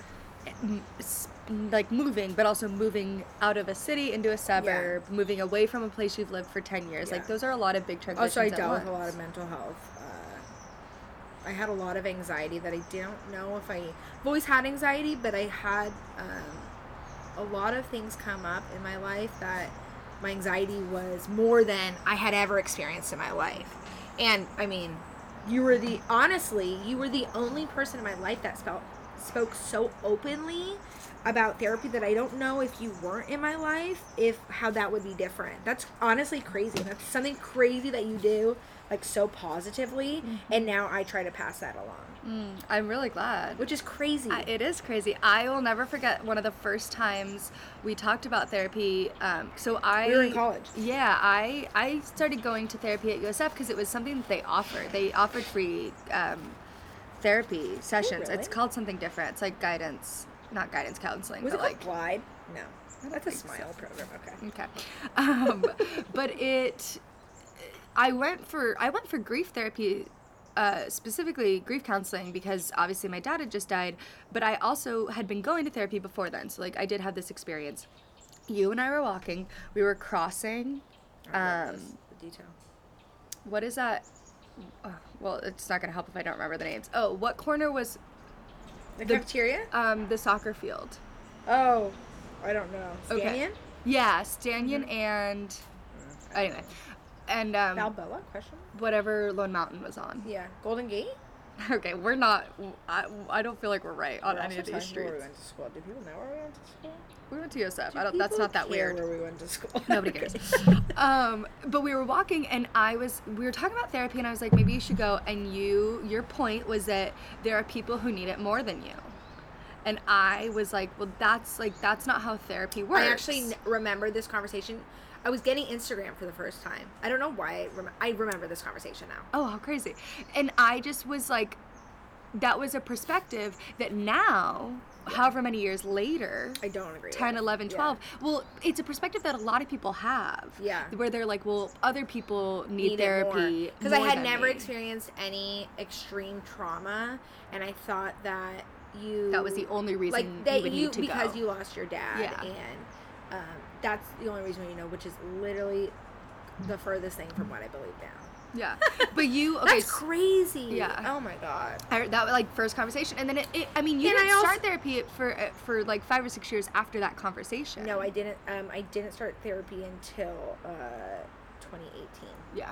B: m- s- like moving, but also moving out of a city into a suburb, moving away from a place you've lived for ten years. Like
A: Yeah. Oh,
B: those are a lot of big transitions.
A: Also, I
B: at
A: dealt with a
B: once.
A: lot of mental health. Uh, I had a lot of anxiety that I don't know if I. I've always had anxiety, but I had um, a lot of things come up in my life that my anxiety was more than I had ever experienced in my life. And I mean, you were the honestly, you were the only person in my life that spoke spoke so openly about therapy that I don't know if you weren't in my life, if how that would be different. That's honestly crazy. That's something crazy that you do like so positively,
B: Mm-hmm.
A: and now I try to pass that along,
B: Mm, I'm really glad.
A: which is crazy.
B: I- it is crazy. I will never forget one of the first times we talked about therapy. Um, so I
A: We were in college.
B: Yeah, I I started going to therapy at USF because it was something that they offered. They offered free um, therapy sessions.
A: really?
B: It's called something different. It's like guidance, not guidance counseling,
A: was
B: but
A: it
B: like
A: like Glide? No, that's a
B: think so.
A: smile program. Okay.
B: Okay. Um, but it, I went for I went for grief therapy, uh, specifically grief counseling because obviously my dad had just died, but I also had been going to therapy before then, so like I did have this experience. You and I were walking. We were crossing.
A: I love
B: Um,
A: this, the detail.
B: What is that? Oh, well, it's not gonna help if I don't remember the names. Oh, what corner was
A: The,
B: the-
A: cafeteria?
B: um, the soccer field?
A: Oh, I don't know.
B: Okay.
A: Scanian?
B: Yeah, Stanion and anyway, and um,
A: Balboa? Question?
B: whatever Lone Mountain was on. <laughs>
A: Yeah. Golden Gate?
B: Okay, we're not. I, I don't feel like we're right on
A: We're
B: any
A: also
B: of these
A: talking about where we
B: streets.
A: went to school. Do people know where we went to school?
B: We went to USF. I
A: Do
B: don't, that's
A: people
B: not that
A: care <laughs>
B: weird.
A: Where we went to school.
B: <laughs>
A: <laughs>
B: Nobody cares. um, but we were walking, and I was. We were talking about therapy, and I was like, maybe you should go. And you, your point was that there are people who need it more than you. And I was like, well, that's like that's not how therapy works.
A: I actually n- remember this conversation. I was getting Instagram for the first time. I don't know why. I, rem- I remember this conversation now.
B: oh how crazy and i just was like that was a perspective that now however many years later
A: I don't agree. with
B: 10
A: it.
B: 11
A: Yeah.
B: 12 well it's a perspective that a lot of people have
A: Yeah.
B: where they're like well other people need,
A: Need it more.
B: therapy
A: I
B: more
A: had
B: than
A: never
B: me."
A: experienced any extreme trauma, and I thought that you
B: that was the only reason
A: like that
B: you would
A: you
B: need to
A: because
B: go
A: you lost your dad,
B: Yeah.
A: and um, that's the only reason you know, which is literally the furthest thing from what I believe now. <laughs>
B: yeah but you okay
A: that's
B: so-
A: crazy.
B: Yeah.
A: Oh my god.
B: I, that was like first conversation, and then it, it I mean, you
A: And
B: didn't
A: I also-
B: start therapy for uh, for like five or six years after that conversation.
A: No, I didn't. Um, I didn't start therapy until uh, 2018.
B: Yeah,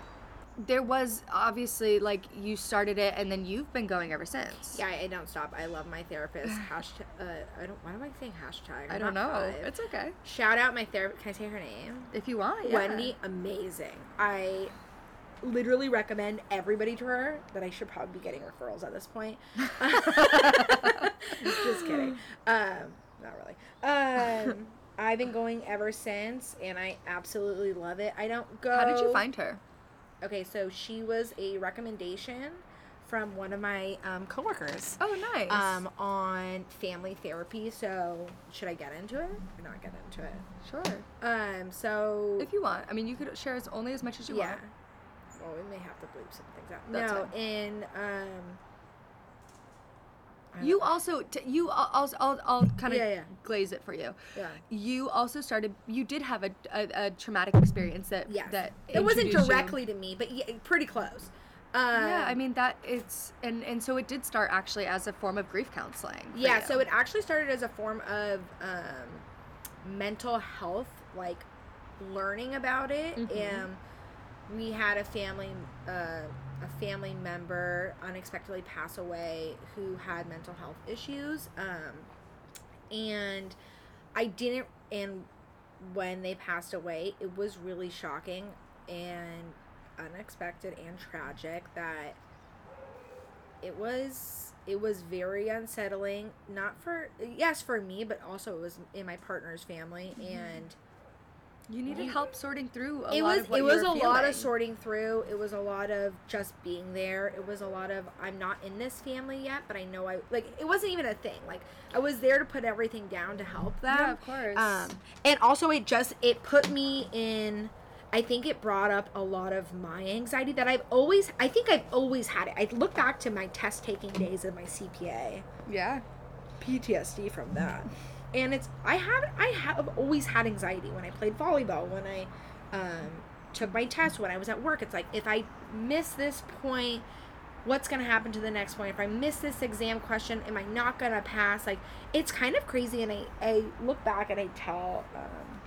B: there was obviously like you started it, and then you've been going ever since.
A: Yeah, I, I don't stop. I love my
B: <sighs>
A: therapist. Hashtag. Uh, I don't. Why do I say hashtag?
B: I
A: I'm
B: don't know.
A: not five.
B: It's okay
A: Shout out my therapist. Can I say her name?
B: if you want. Yeah.
A: Wendy, amazing. I literally recommend everybody to her that I should probably be getting referrals at this
B: <laughs>
A: point. Just kidding. Um, not really. Um, I've been going ever since, and I absolutely love it. I don't go.
B: How did you find her?
A: Okay, so she was a recommendation from one of my um, coworkers
B: Oh, nice.
A: um, on family therapy. So should I get into it or not get into it?
B: sure.
A: Um, so
B: If you want, I mean, you could share as only as much as you
A: yeah.
B: want.
A: Well, we may have to bleep some things out.
B: That's
A: no,
B: fine.
A: in um. I don't
B: You
A: know.
B: also, t- you al- also, I'll, I'll kind of
A: Yeah, yeah.
B: glaze it for you.
A: Yeah.
B: You also started. You did have a, a, a traumatic experience that
A: Yes.
B: that
A: it wasn't
B: introduced you-
A: directly to me, but yeah, pretty close. Um,
B: yeah, I mean that it's and and so it did start actually as a form of grief counseling. for
A: yeah.
B: you.
A: So it actually started as a form of um, mental health, like learning about it,
B: Mhm.
A: and we had a family. Uh, a family member unexpectedly pass away who had mental health issues. Um, and I didn't. And when they passed away, it was really shocking and unexpected and tragic that it was it was very unsettling not for yes for me but also it was in my partner's family and
B: you needed
A: you-
B: help sorting through. Mm-hmm. A
A: it
B: lot
A: was
B: of what
A: it
B: you
A: was a
B: were
A: lot of
B: feeling.
A: sorting through it was a lot of just being there it was a lot of i'm not in this family yet but i know i like it wasn't even a thing like i was there to put everything down to help them
B: Yeah, of course.
A: um and also it just it put me in i think it brought up a lot of my anxiety that i've always i think i've always had it i look back to my test taking days of my cpa
B: yeah,
A: PTSD from that. And it's I have I have always had anxiety when I played volleyball, when I um, took my test, when I was at work. It's like if I miss this point, what's gonna happen to the next point? If I miss this exam question, am I not gonna pass? Like it's kind of crazy. And I I look back and I tell. Um,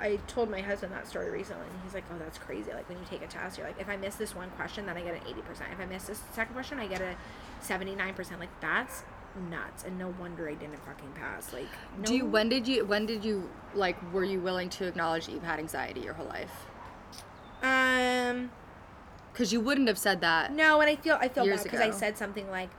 A: I told my husband that story recently, and he's like, "Oh, that's crazy! Like when you take a test, you're like, if I miss this one question, then I get an eighty percent. If I miss this second question, I get a seventy-nine percent. Like that's nuts, and no wonder I didn't fucking pass. Like, no,
B: Do you when did you when did you like were you willing to acknowledge that you've had anxiety your whole life?
A: Um,
B: Because you wouldn't have said that.
A: no, and I feel I feel
B: Years
A: bad because I
B: ago.
A: said something like,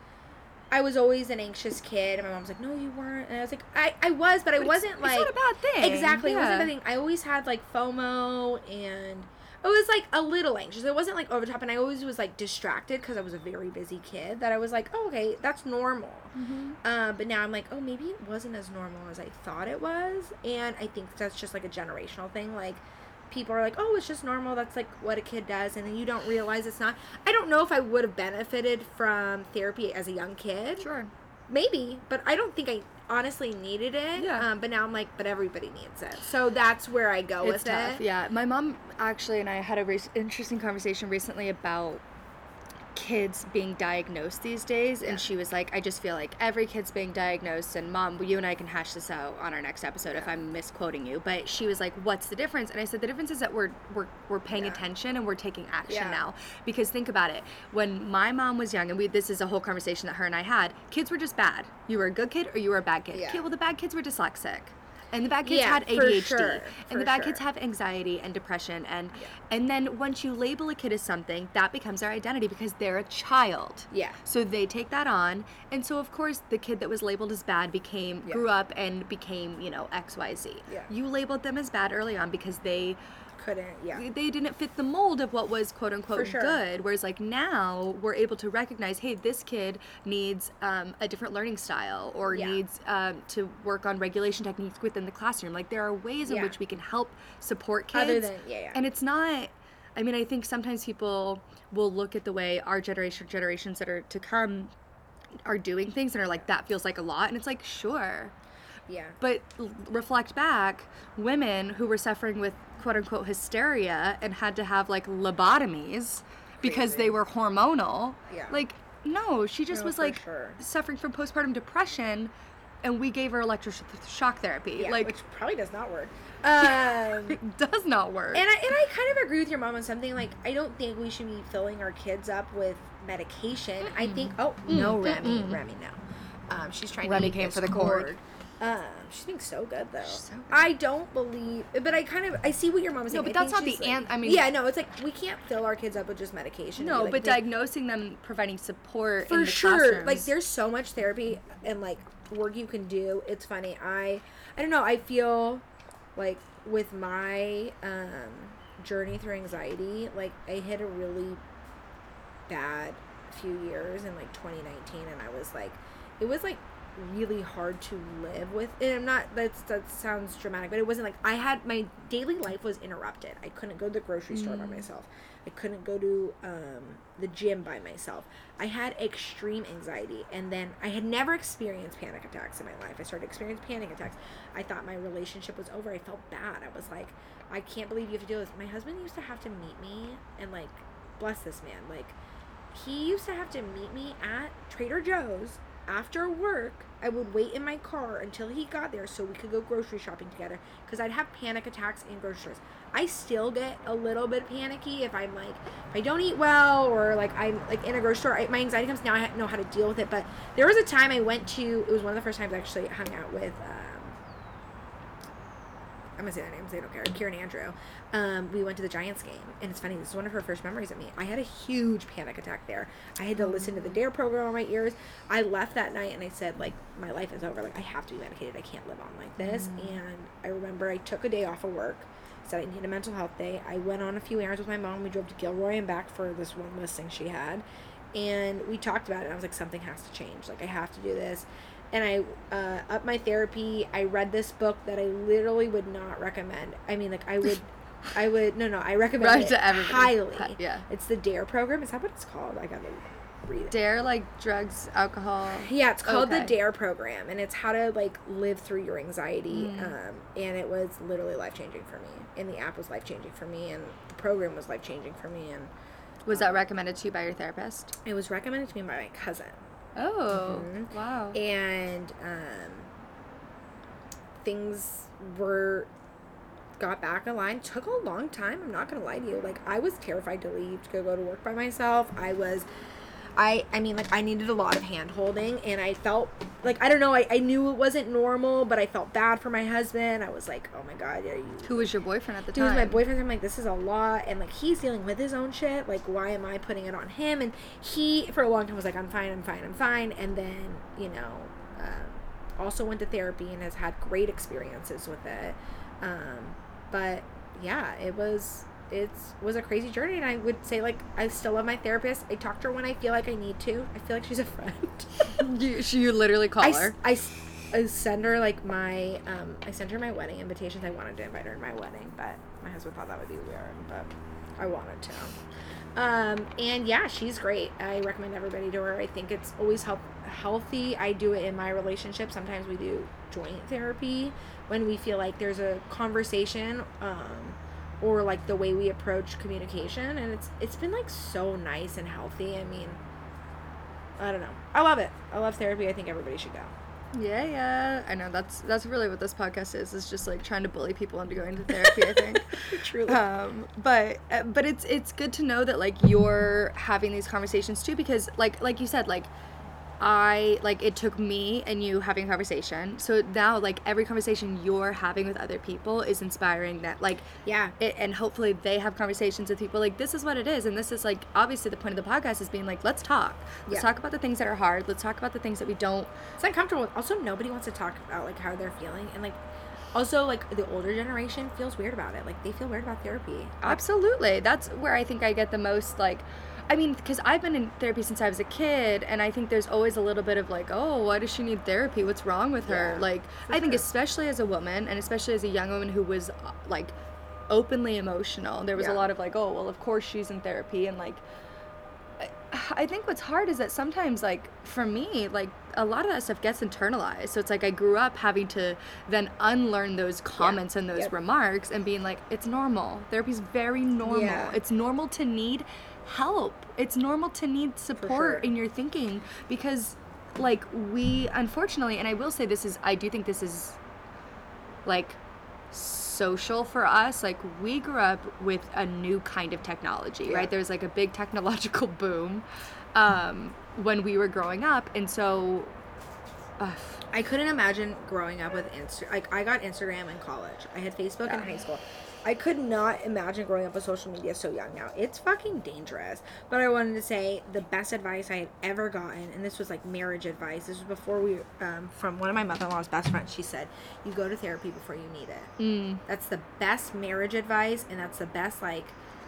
A: I was always an anxious kid, and my mom's like, "No, you weren't," and I was like, "I I was, but I
B: But it's-
A: wasn't like
B: it's not a bad thing.
A: Exactly. It wasn't
B: yeah.
A: a thing. I always had like FOMO and I was like a little anxious. It wasn't like over the top and I always was like distracted because I was a very busy kid that I was like, oh, okay, that's normal. Uh, but now I'm like, oh, maybe it wasn't as normal as I thought it was. And I think that's just like a generational thing. Like, people are like, oh, it's just normal. That's like what a kid does. And then you don't realize it's not. I don't know if I would have benefited from therapy as a young kid
B: Sure.
A: maybe but i don't think i honestly needed it
B: Yeah.
A: um, but now i'm like but everybody needs it so that's where i go with
B: it's tough.
A: it
B: Yeah, my mom actually and I had a re- interesting conversation recently about kids being diagnosed these days,
A: Yeah.
B: and she was like, "I just feel like every kid's being diagnosed." And mom, you and I can hash this out on our next episode if I'm misquoting you. But she was like, "What's the difference?" And I said, "The difference is that we're we're we're paying
A: Yeah.
B: attention and we're taking action
A: Yeah.
B: now." Because think about it, when my mom was young, and we this is a whole conversation that her and I had, kids were just bad. You were a good kid or you were a bad kid.
A: Yeah.
B: Okay, well, the bad kids were dyslexic. and the bad kids
A: Yeah,
B: had
A: for
B: ADHD,
A: sure,
B: and
A: for
B: the bad
A: sure.
B: kids have anxiety and depression, and and then once you label a kid as something, that becomes their identity because they're a child.
A: Yeah.
B: So they take that on, and so of course the kid that was labeled as bad became
A: Yeah.
B: grew up and became you know X Y Z.
A: Yeah.
B: You labeled them as bad early on because they
A: Couldn't. Yeah.
B: they didn't fit the mold of what was quote unquote
A: For sure.
B: good. Whereas like now we're able to recognize, hey, this kid needs um, a different learning style or
A: Yeah.
B: needs um, to work on regulation techniques within the classroom. Like there are ways in
A: Yeah.
B: which we can help support kids.
A: Other than yeah. yeah.
B: And it's not. I mean, I think sometimes people will look at the way our generation, generations that are to come, are doing things and are like, that feels like a lot, and it's like, sure.
A: yeah.
B: But l- reflect back, women who were suffering with quote unquote hysteria and had to have like lobotomies because
A: Crazy.
B: they were hormonal.
A: Yeah.
B: Like, no, she just
A: No,
B: was
A: for
B: like
A: sure.
B: suffering from postpartum depression and we gave her electroshock therapy.
A: Yeah,
B: like,
A: which probably does not
B: <laughs>
A: work. Um,
B: it does not work.
A: And I, and I kind of agree with your mom on something. Like, I don't think we should be filling our kids up with medication. I think, oh, no, Remy. Remy, no. Um, she's trying to
B: Remy
A: eat
B: came
A: this
B: for the cord.
A: Um, she's being so good, though.
B: She's so good.
A: I don't believe, but I kind of, I see what your mom is
B: No,
A: saying.
B: but
A: I
B: that's
A: think
B: not
A: she's,
B: the
A: like-
B: an- I mean-
A: yeah, no, it's like we can't fill our kids up with just medication.
B: no,
A: Like,
B: but
A: they-
B: diagnosing them, providing support in
A: for
B: the
A: sure like
B: classrooms.
A: there's so much therapy and like work you can do it's funny i i don't know i feel like with my um journey through anxiety like i hit a really bad few years in like 2019 and i was like it was like really hard to live with and i'm not that's that sounds dramatic but it wasn't like i had my daily life was interrupted i couldn't go to the grocery store by myself i couldn't go to um, the gym by myself i had extreme anxiety and then i had never experienced panic attacks in my life i started experiencing panic attacks i thought my relationship was over i felt bad i was like i can't believe you have to deal with this. my husband used to have to meet me and like bless this man like he used to have to meet me at Trader Joe's after work. I would wait in my car until he got there so we could go grocery shopping together because I'd have panic attacks in grocery stores. I still get a little bit panicky if I'm like, if I don't eat well or like I'm like in a grocery store. I, my anxiety comes now, I ha- know how to deal with it. But there was a time I went to, it was one of the first times I actually hung out with, um, I'm gonna say their names. They don't care. Kieran Andrew. Um, we went to the Giants game, and it's funny. This is one of her first memories of me. I had a huge panic attack there. I had to listen to the Dare program on my ears. I left that night, and I said, like, my life is over. Like, I have to be medicated. I can't live on like this. And I remember I took a day off of work. Said I need a mental health day. I went on a few errands with my mom. We drove to Gilroy and back for this one listing she had, and we talked about it. And I was like, something has to change. Like, I have to do this and I uh, up my therapy. I read this book that I literally would not recommend. I mean, like I
B: <laughs>
A: would, I would no no. I recommend
B: Right
A: it
B: to everybody.
A: highly.
B: Yeah.
A: it's the Dare program. Is that what it's called? I gotta read it.
B: Dare like drugs, alcohol.
A: Yeah, it's called the
B: Okay.
A: Dare E program, and it's how to like live through your anxiety. Um, and it was literally life changing for me. And the app was life changing for me, and the program was life changing for me. And
B: Was that recommended to you by your therapist?
A: it was recommended to me by my cousin.
B: Oh, wow.
A: and um, things were got back in line took a long time i'm not gonna lie to you like i was terrified to leave to go, go to work by myself i was i i mean like i needed a lot of hand holding and i felt like i don't know I, I knew it wasn't normal but i felt bad for my husband i was like oh my god yeah you
B: Who was your boyfriend at the
A: he was
B: time?
A: my boyfriend. I'm like, this is a lot, and like he's dealing with his own shit. Like, why am I putting it on him? And he, for a long time, was like, I'm fine, I'm fine, I'm fine. And then, you know, um, also went to therapy and has had great experiences with it. Um, but yeah, it was it was a crazy journey, and I would say like I still love my therapist. I talk to her when I feel like I need to. I feel like she's a <laughs> friend.
B: <laughs> You, she, you literally call
A: I,
B: her.
A: s- I s- I send her like my um I sent her my wedding invitations. I wanted to invite her to my wedding, but my husband thought that would be weird, but I wanted to. Um and yeah, she's great. I recommend everybody to her. I think it's always help healthy. I do it in my relationship. Sometimes we do joint therapy when we feel like there's a conversation um or like the way we approach communication and it's it's been like so nice and healthy. I mean, I don't know. I love it. I love therapy. I think everybody should go.
B: Yeah, yeah. I know that's that's really what this podcast is. It's just like trying to bully people into going to therapy. I <laughs> think.
A: <laughs> Truly.
B: Um, but uh, but it's it's good to know that like you're having these conversations too because like like you said like I like it took me and you having a conversation. So now like every conversation you're having with other people is inspiring that like
A: Yeah.
B: it, and hopefully they have conversations with people like this is what it is and this is like obviously the point of the podcast is being like let's talk let's
A: Yeah.
B: talk about the things that are hard let's talk about the things that we don't
A: It's uncomfortable. Also, nobody wants to talk about like how they're feeling, and like, also like the older generation feels weird about it. Like they feel weird about therapy.
B: absolutely that's where i think i get the most like i mean because i've been in therapy since i was a kid and i think there's always a little bit of like oh why does she need therapy what's wrong with her
A: Yeah,
B: like
A: for
B: i think
A: sure.
B: especially as a woman and especially as a young woman who was uh, like openly emotional there was a
A: Yeah.
B: lot of like oh well of course she's in therapy and like I- I think what's hard is that sometimes, like for me, like a lot of that stuff gets internalized. So it's like I grew up having to then unlearn those comments and those
A: Yep.
B: remarks and being like, it's normal. Therapy's very normal.
A: Yeah.
B: It's normal to need help. It's normal to need
A: sure.
B: support in your thinking because, like, we unfortunately, and I will say this is, I do think this is like social for us like we grew up with a new kind of technology
A: Yeah.
B: right there's like a big technological <laughs> boom um, when we were growing up and so uh,
A: I couldn't imagine growing up with Insta. Like I got Instagram in college. I had Facebook in
B: Yeah.
A: high school. I could not imagine growing up with social media so young now. It's fucking dangerous. But I wanted to say the best advice I had ever gotten, and this was like marriage advice. This was before we, um, from one of my mother in law's best friends. She said, "You go to therapy before you need it."
B: mm,
A: That's the best marriage advice, and that's the best like.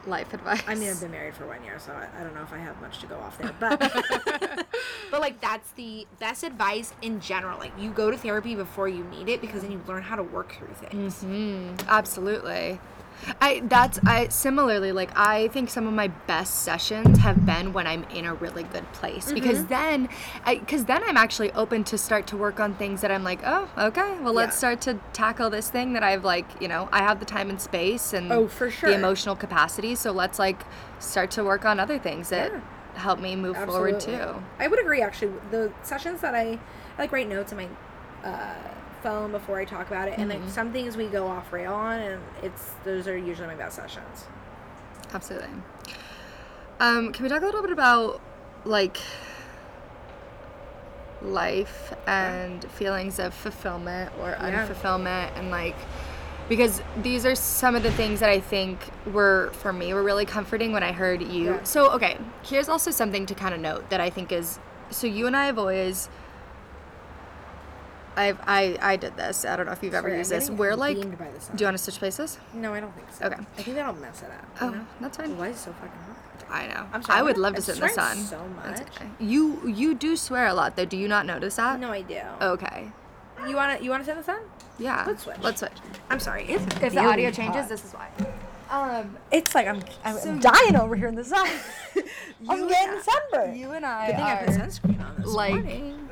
B: life advice
A: I mean, I've been married for one year, so I, I don't know if I have much to go off there, but <laughs> but like that's the best advice in general. Like you go to therapy before you need it because then you learn how to work through things.
B: Mm, absolutely. I that's I similarly like I think some of my best sessions have been when I'm in a really good
A: Mm-hmm.
B: place because then I cuz then I'm actually open to start to work on things that I'm like, "Oh, okay. Well, let's
A: Yeah.
B: start to tackle this thing that I've like, you know, I have the time and space and
A: Oh, for sure.
B: the emotional capacity, so let's like start to work on other things that help me move forward too."
A: I would agree. Actually, the sessions that I I, like write notes in my uh, phone before I talk about it, and
B: Mm-hmm.
A: like some things we go off rail on, and it's those are usually my best sessions.
B: Absolutely. Um, can we talk a little bit about like life and feelings of fulfillment or
A: Yeah.
B: unfulfillment and like because these are some of the things that I think were for me were really comforting when I heard you.
A: Yeah.
B: So okay, here's also something to kind of note that I think is so you and I have always I've I I did this. I don't know if you've ever
A: Sorry, I'm
B: used this.
A: getting
B: We're like
A: beamed by the sun.
B: do you want to switch places?
A: No, I don't think so.
B: Okay.
A: I think that'll mess it up. you
B: Oh,
A: know?
B: that's fine.
A: Why is it so fucking hot?
B: I know.
A: I'm sorry,
B: I would
A: I'm-
B: love to
A: I'm
B: sit in the sun.
A: swearing so
B: That's
A: much.
B: okay. You you do swear a lot though. Do you not notice that?
A: No, I do.
B: Okay.
A: You wanna you wanna sit in the sun?
B: Yeah.
A: Let's switch.
B: Let's switch.
A: I'm sorry. It's
B: If the audio changes, this is why. Um,
A: It's like I'm I'm
B: So-
A: dying over here in the
B: <laughs>
A: sun. I'm
B: You-
A: getting sunburned.
B: you and I
A: Good thing I put
B: are
A: sunscreen on this
B: like.
A: morning.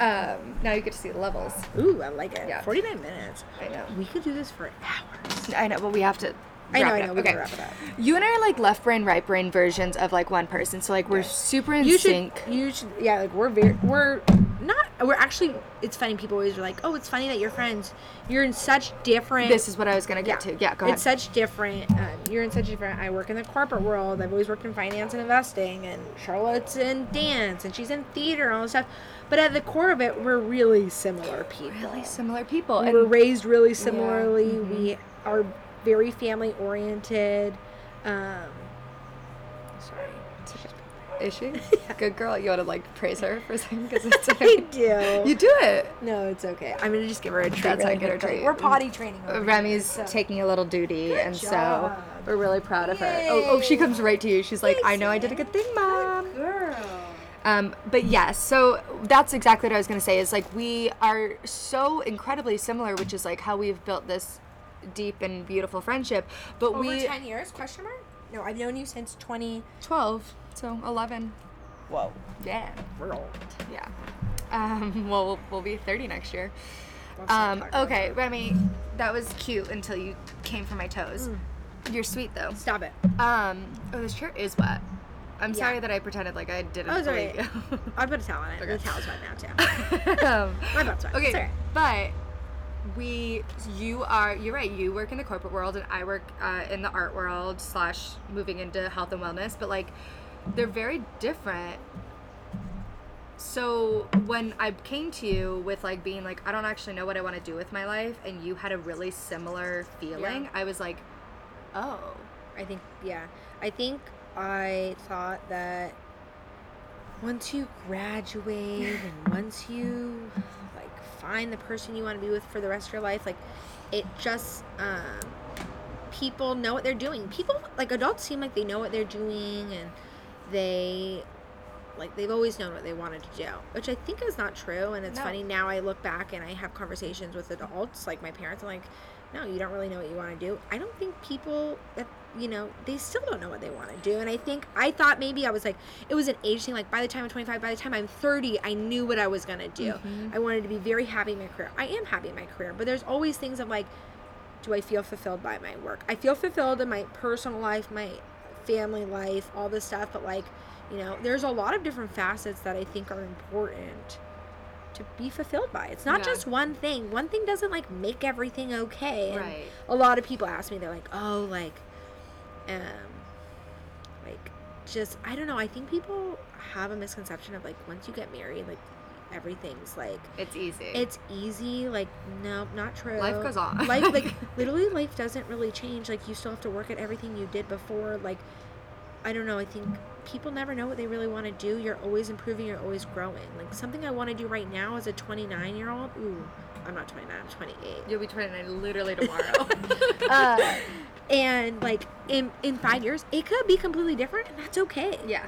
B: Um, now you get to see the levels.
A: Ooh, I like it.
B: Yeah.
A: 49 minutes.
B: I know.
A: We could do this for hours.
B: I know, but we have to.
A: I know,
B: wrap
A: I
B: it
A: know,
B: up.
A: we
B: okay.
A: gotta wrap it up.
B: You and I are like left brain, right brain versions of like one person. So like we're super in
A: You should.
B: sync.
A: You should. Yeah, like we're very. We're not. We're actually. It's funny. People always are like, "Oh, it's funny that you're friends. You're in such different."
B: This is what I was gonna get to. Yeah, go ahead.
A: It's such different. Um, you're in such different. I work in the corporate world. I've always worked in finance and investing, and Charlotte's in dance, and she's in theater and all this stuff. But at the core of it, we're really similar people.
B: really similar people.
A: We
B: and Mm-hmm.
A: were raised really similarly. We are very family oriented. Um, sorry. <laughs>
B: is <laughs> she? Good girl. You want to like praise her for a second <laughs> because it's
A: I do.
B: you do it.
A: no, it's okay. I'm gonna just give her a treat.
B: That's
A: really
B: how I get her
A: quickly.
B: treat.
A: We're potty training. over here,
B: Remy's
A: so-
B: taking a little duty, and
A: job.
B: so we're really proud of her. Oh, oh, she
A: Yay.
B: comes right to you. She's like,
A: Thanks,
B: "I know I did a good thing, mom."
A: Girl.
B: Um, but yes, so that's exactly what I was gonna say. Is like we are so incredibly similar, which is like how we've built this deep and beautiful friendship. But
A: Over
B: we
A: ten years? Question mark. No, I've known you since 20.
B: twelve, so eleven.
A: Whoa.
B: Yeah,
A: We're old.
B: yeah. Um, <laughs> well, we'll, we'll be thirty next year.
A: Let's not
B: Um,
A: talk about
B: okay, Remy, that was cute until you came for my toes. You're sweet though.
A: Stop it.
B: Hmm. Um. Oh, this chair is wet. I'm
A: Yeah.
B: sorry that I pretended like I didn't.
A: Oh, it's
B: believe
A: alright. I put a towel on it. The
B: Okay.
A: towel's wet now too.
B: <laughs> you. um,
A: My butt's wet.
B: okay,
A: It's alright.
B: but we, you are, you're right. You work in the corporate world, and I work uh, in the art world slash moving into health and wellness. But like, they're very different so when I came to you with like being like I don't actually know what I want to do with my life and you had a really similar feeling,
A: Yeah.
B: I was like, "Oh,
A: I think, yeah. I think I thought that once you graduate and once you like find the person you want to be with for the rest of your life, like it just um, people know what they're doing. People like adults seem like they know what they're doing and they like they've always known what they wanted to do, which I think is not true. And it's
B: No.
A: funny now I look back and I have conversations with adults like my parents. I'm like, no, you don't really know what you want to do. I don't think people that you know they still don't know what they want to do. And I think I thought maybe I was like it was an age thing. Like by the time I'm 25, by the time I'm 30, I knew what I was gonna do.
B: Mm.
A: I wanted to be very happy in my career. I am happy in my career, but there's always things of like, do I feel fulfilled by my work? I feel fulfilled in my personal life, my family life, all this stuff, but like, you know, there's a lot of different facets that I think are important to be fulfilled by. It's not
B: Yeah.
A: just one thing. One thing doesn't like make everything okay. And
B: Right.
A: a lot of people ask me, they're like, oh, like, um, like just I don't know. I think people have a misconception of like once you get married, like everything's like
B: it's easy."
A: it's easy. Like, no, not true.
B: Life goes
A: <laughs>
B: on.
A: Life, like, literally, life doesn't really change. Like, you still have to work at everything you did before. Like, I don't know. I think people never know what they really want to do. You're always improving. You're always growing. Like, something I want to do right now as a 29 year old. Ooh, I'm not 29. I'm 28
B: <laughs> <laughs> You'll be 29
A: <laughs>
B: literally tomorrow.
A: uh, <laughs> and like in in five years it could be completely different and that's okay
B: Yeah.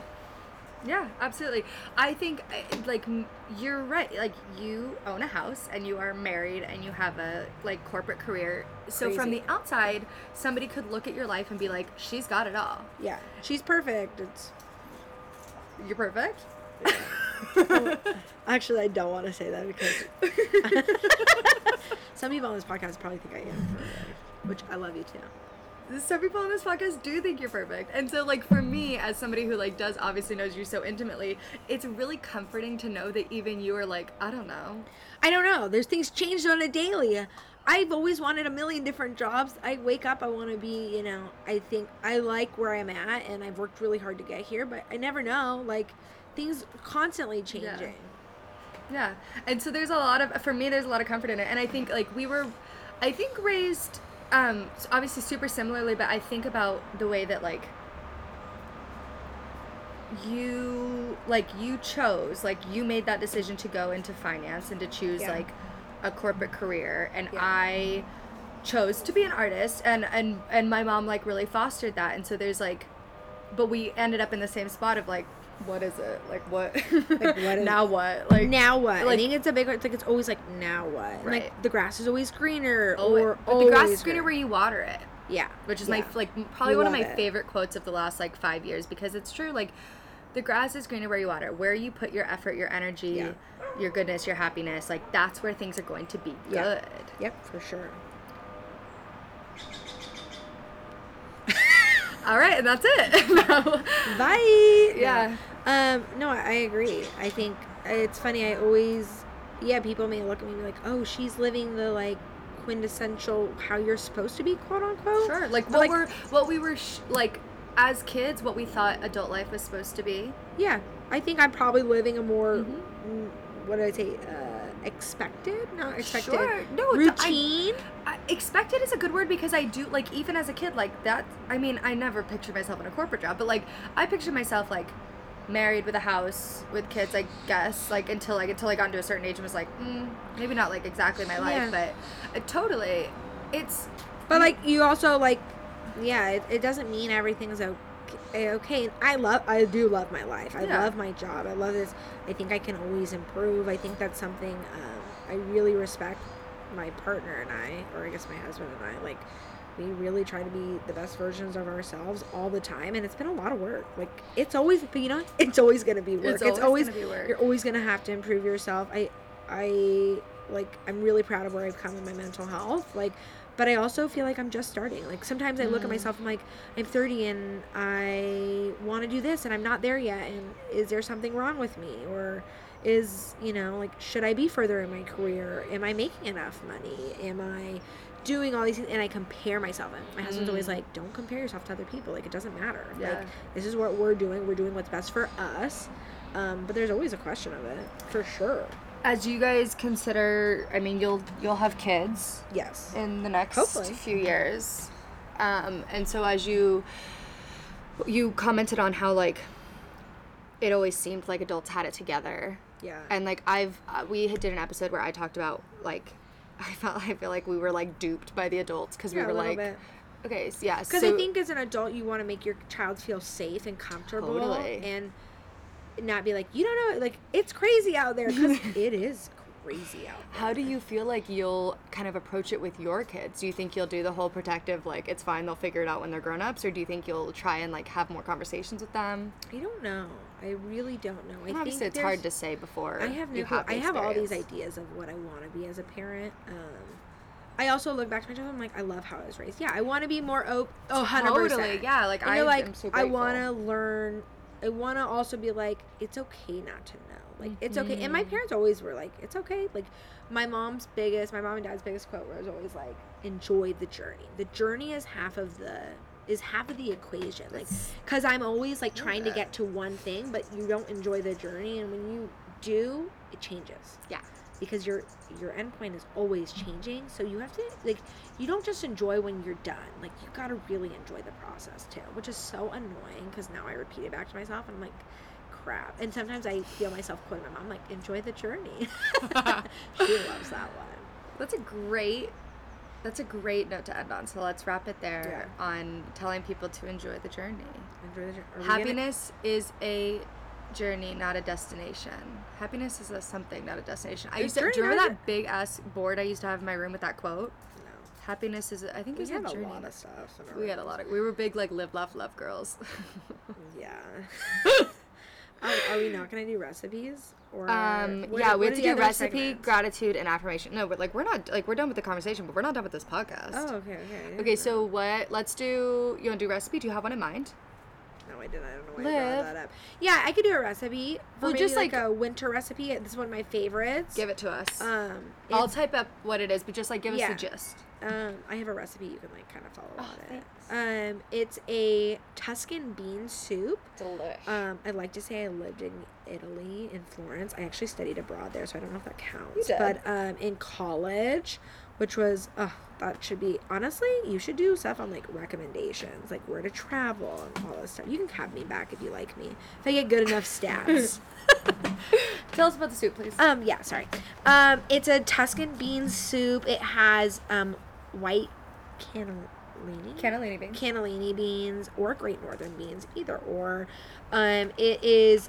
B: Yeah, absolutely. I think I- like m- you're right. Like you own a house and you are married and you have a like corporate career. So from
A: Crazy.
B: the outside, somebody could look at your life and be like, "She's got it all.
A: yeah she's perfect it's
B: You're perfect."
A: <laughs> actually i don't want to say that
B: <laughs>
A: because some people on this podcast probably think i am perfect, which i love you too
B: Some people on this podcast do think you're perfect. And so like for me as somebody who like does obviously knows you so intimately, it's really comforting to know that even you are like, "I don't know."
A: i don't know there's things changed on a daily i've always wanted a million different jobs i wake up i want to be you know i think i like where i'm at and i've worked really hard to get here but i never know like things constantly changing
B: Yeah. And so there's a lot of for me there's a lot of comfort in it. And I think like we were I think raised um s- obviously super similarly, but I think about the way that like you like you chose like you made that decision to go into finance and to choose
A: Yeah.
B: like a corporate career and
A: Yeah.
B: I chose to be an artist and and and my mom like really fostered that and so there's like but we ended up in the same spot of like what is it like what <laughs>
A: Like, what is-
B: now what like
A: now what? I
B: like-
A: think it's a big it's like it's always like now what? And, Like
B: Right.
A: the grass is always greener
B: Oh,
A: or
B: but the grass
A: always
B: is greener where you water it,
A: yeah,
B: which is
A: yeah.
B: my f- like m- probably
A: We
B: one of my
A: love it.
B: favorite quotes of the last like five years because it's true. Like, the grass is greener where you water. it. Where you put your effort, your energy,
A: Yeah.
B: your goodness, your happiness, like that's where things are going to be
A: Yeah.
B: good.
A: Yep, for sure.
B: All right, and that's it. <laughs> No.
A: Bye.
B: Yeah.
A: Um. No, I, I agree. I think it's funny. I always, yeah, people may look at me and be like, oh, she's living the like quintessential how you're supposed to be, quote unquote.
B: Sure. Like
A: But,
B: what
A: like-
B: we're what we were sh- like as kids, what we thought adult life was supposed to be. Mm-hmm.
A: Yeah, I think I'm probably living a more, mm, what did I say, uh, expected, not expected,
B: Sure. No, it's- I-
A: routine.
B: I, expected is a good word because I do like even as a kid like that. I mean, I never pictured myself in a corporate job, but like I pictured myself like married with a house with kids. I guess like until like until I got into a certain age and was like mm, maybe not like exactly my life, but uh, totally. It's
A: But like you also like, yeah, it, it doesn't mean everything's okay. Okay, and I love, I do love my life. I
B: Yeah.
A: love my job. I love this. I think I can always improve. I think that's something um, I really respect. My partner and I, or I guess my husband and I, like we really try to be the best versions of ourselves all the time, and it's been a lot of work. Like it's always, but you know, <laughs> it's always gonna be work. It's, always
B: gonna be work.
A: you're always gonna have to improve yourself i i like i'm really proud of where i've come in my mental health like but i also feel like i'm just starting like sometimes i look at myself i'm like i'm 30 and i want to do this and i'm not there yet and is there something wrong with me or is you know like should i be further in my career am i making enough money am i doing all these things and I compare myself. And my husband's always like, don't compare yourself to other people. Like, it doesn't matter.
B: Yeah.
A: Like, this is what we're doing. We're doing what's best for us. Um, but there's always a question of it, for sure.
B: As you guys consider, I mean, you'll you'll have kids
A: Yes.
B: in the next
A: Hopefully.
B: few years, um, and so as you you commented on how like it always seemed like adults had it together,
A: yeah.
B: and like I've uh, we had did an episode where I talked about like <laughs> I felt I feel like we were like duped by the adults because
A: Yeah,
B: we
A: a
B: were
A: little
B: like
A: bit.
B: okay s- yeah
A: Because
B: so,
A: I think as an adult, you want to make your child feel safe and comfortable,
B: Totally.
A: and not be like, you don't know, like it's crazy out there.
B: <laughs>
A: 'Cause it is crazy out. There.
B: How do you feel like you'll kind of approach it with your kids? Do you think you'll do the whole protective, like it's fine, they'll figure it out when they're grown ups, or do you think you'll try and like have more conversations with them?
A: I don't know. I really don't know. I
B: And
A: think
B: obviously, it's
A: there's-
B: hard to say before.
A: I have no.
B: you
A: clue.
B: the
A: I have all these
B: experience.
A: ideas of what I want to be as a parent. Um, I also look back to myself. I'm like, I love how I was raised. Yeah, I want to be more open. Oh, 100
B: Totally, yeah. Like
A: And
B: I,
A: you're like,
B: am so
A: I
B: grateful.
A: want to learn. I want to also be like, it's okay not to know. Like, it's okay. And my
B: Mm-hmm.
A: parents always were like, it's okay. Like, my mom's biggest, my mom and dad's biggest quote was always like, enjoy the journey. The journey is half of the is half of the equation. Like, because I'm always like trying to get to one thing, but you don't enjoy the journey. And when you do, it changes
B: Yeah.
A: because your your endpoint is always changing. So you have to like you don't just enjoy when you're done. Like you gotta really enjoy the process too, which is so annoying because now I repeat it back to myself. And I'm like, crap. And sometimes I feel myself quoting my mom. I'm like, enjoy the journey. <laughs> she loves that one.
B: That's a great. That's a great note to end on. So let's wrap it there on telling people to enjoy the journey.
A: Enjoy the journey. Are we gonna-
B: Happiness is a journey, not a destination. Happiness is a something, not a destination. I
A: A
B: used to do you
A: journey,
B: remember
A: not a
B: that big ass board I used to have in my room with that quote.
A: no.
B: Happiness is, a- I think it
A: We
B: was
A: had
B: a
A: a
B: journey.
A: lot of stuff. in our
B: we had a
A: room.
B: lot of. We were big like live, laugh, love girls. <laughs>
A: Yeah. are, are we not gonna do recipes? Or
B: um,
A: what-
B: yeah,
A: what
B: we
A: are
B: have to
A: the
B: do
A: other
B: recipe,
A: segments?
B: gratitude, and affirmation. No, but like we're not like we're done with the conversation, but we're not done with this podcast.
A: Oh, okay, okay. I didn't
B: Okay,
A: know.
B: so what? Let's do. You want to do recipe? Do you have one in mind?
A: No, I didn't. I don't know why I
B: Live.
A: brought that up. Yeah, I could do a recipe. For
B: Well,
A: maybe
B: just,
A: like,
B: like-
A: a winter recipe. This is one of my favorites.
B: Give it to us.
A: Um,
B: I'll
A: it's-
B: type up what it is, but just like give
A: Yeah.
B: us the gist.
A: um, I have a recipe you can like kind of follow on it.
B: Oh, thanks.
A: Um, it's a Tuscan bean soup.
B: Delish.
A: Um, I'd like to say I lived in Italy, in Florence. I actually studied abroad there, so I don't know if that counts.
B: did.
A: But um, in college, which was, oh, that should be, honestly, you should do stuff on like recommendations, like where to travel and all this stuff. You can have me back if you like me, if I get good enough stats.
B: Tell us about the soup, please.
A: Um, yeah, sorry. Um, it's a Tuscan bean soup. It has um, white cannellini.
B: Cannellini beans.
A: Cannellini beans or Great Northern beans, either or. Um, it is.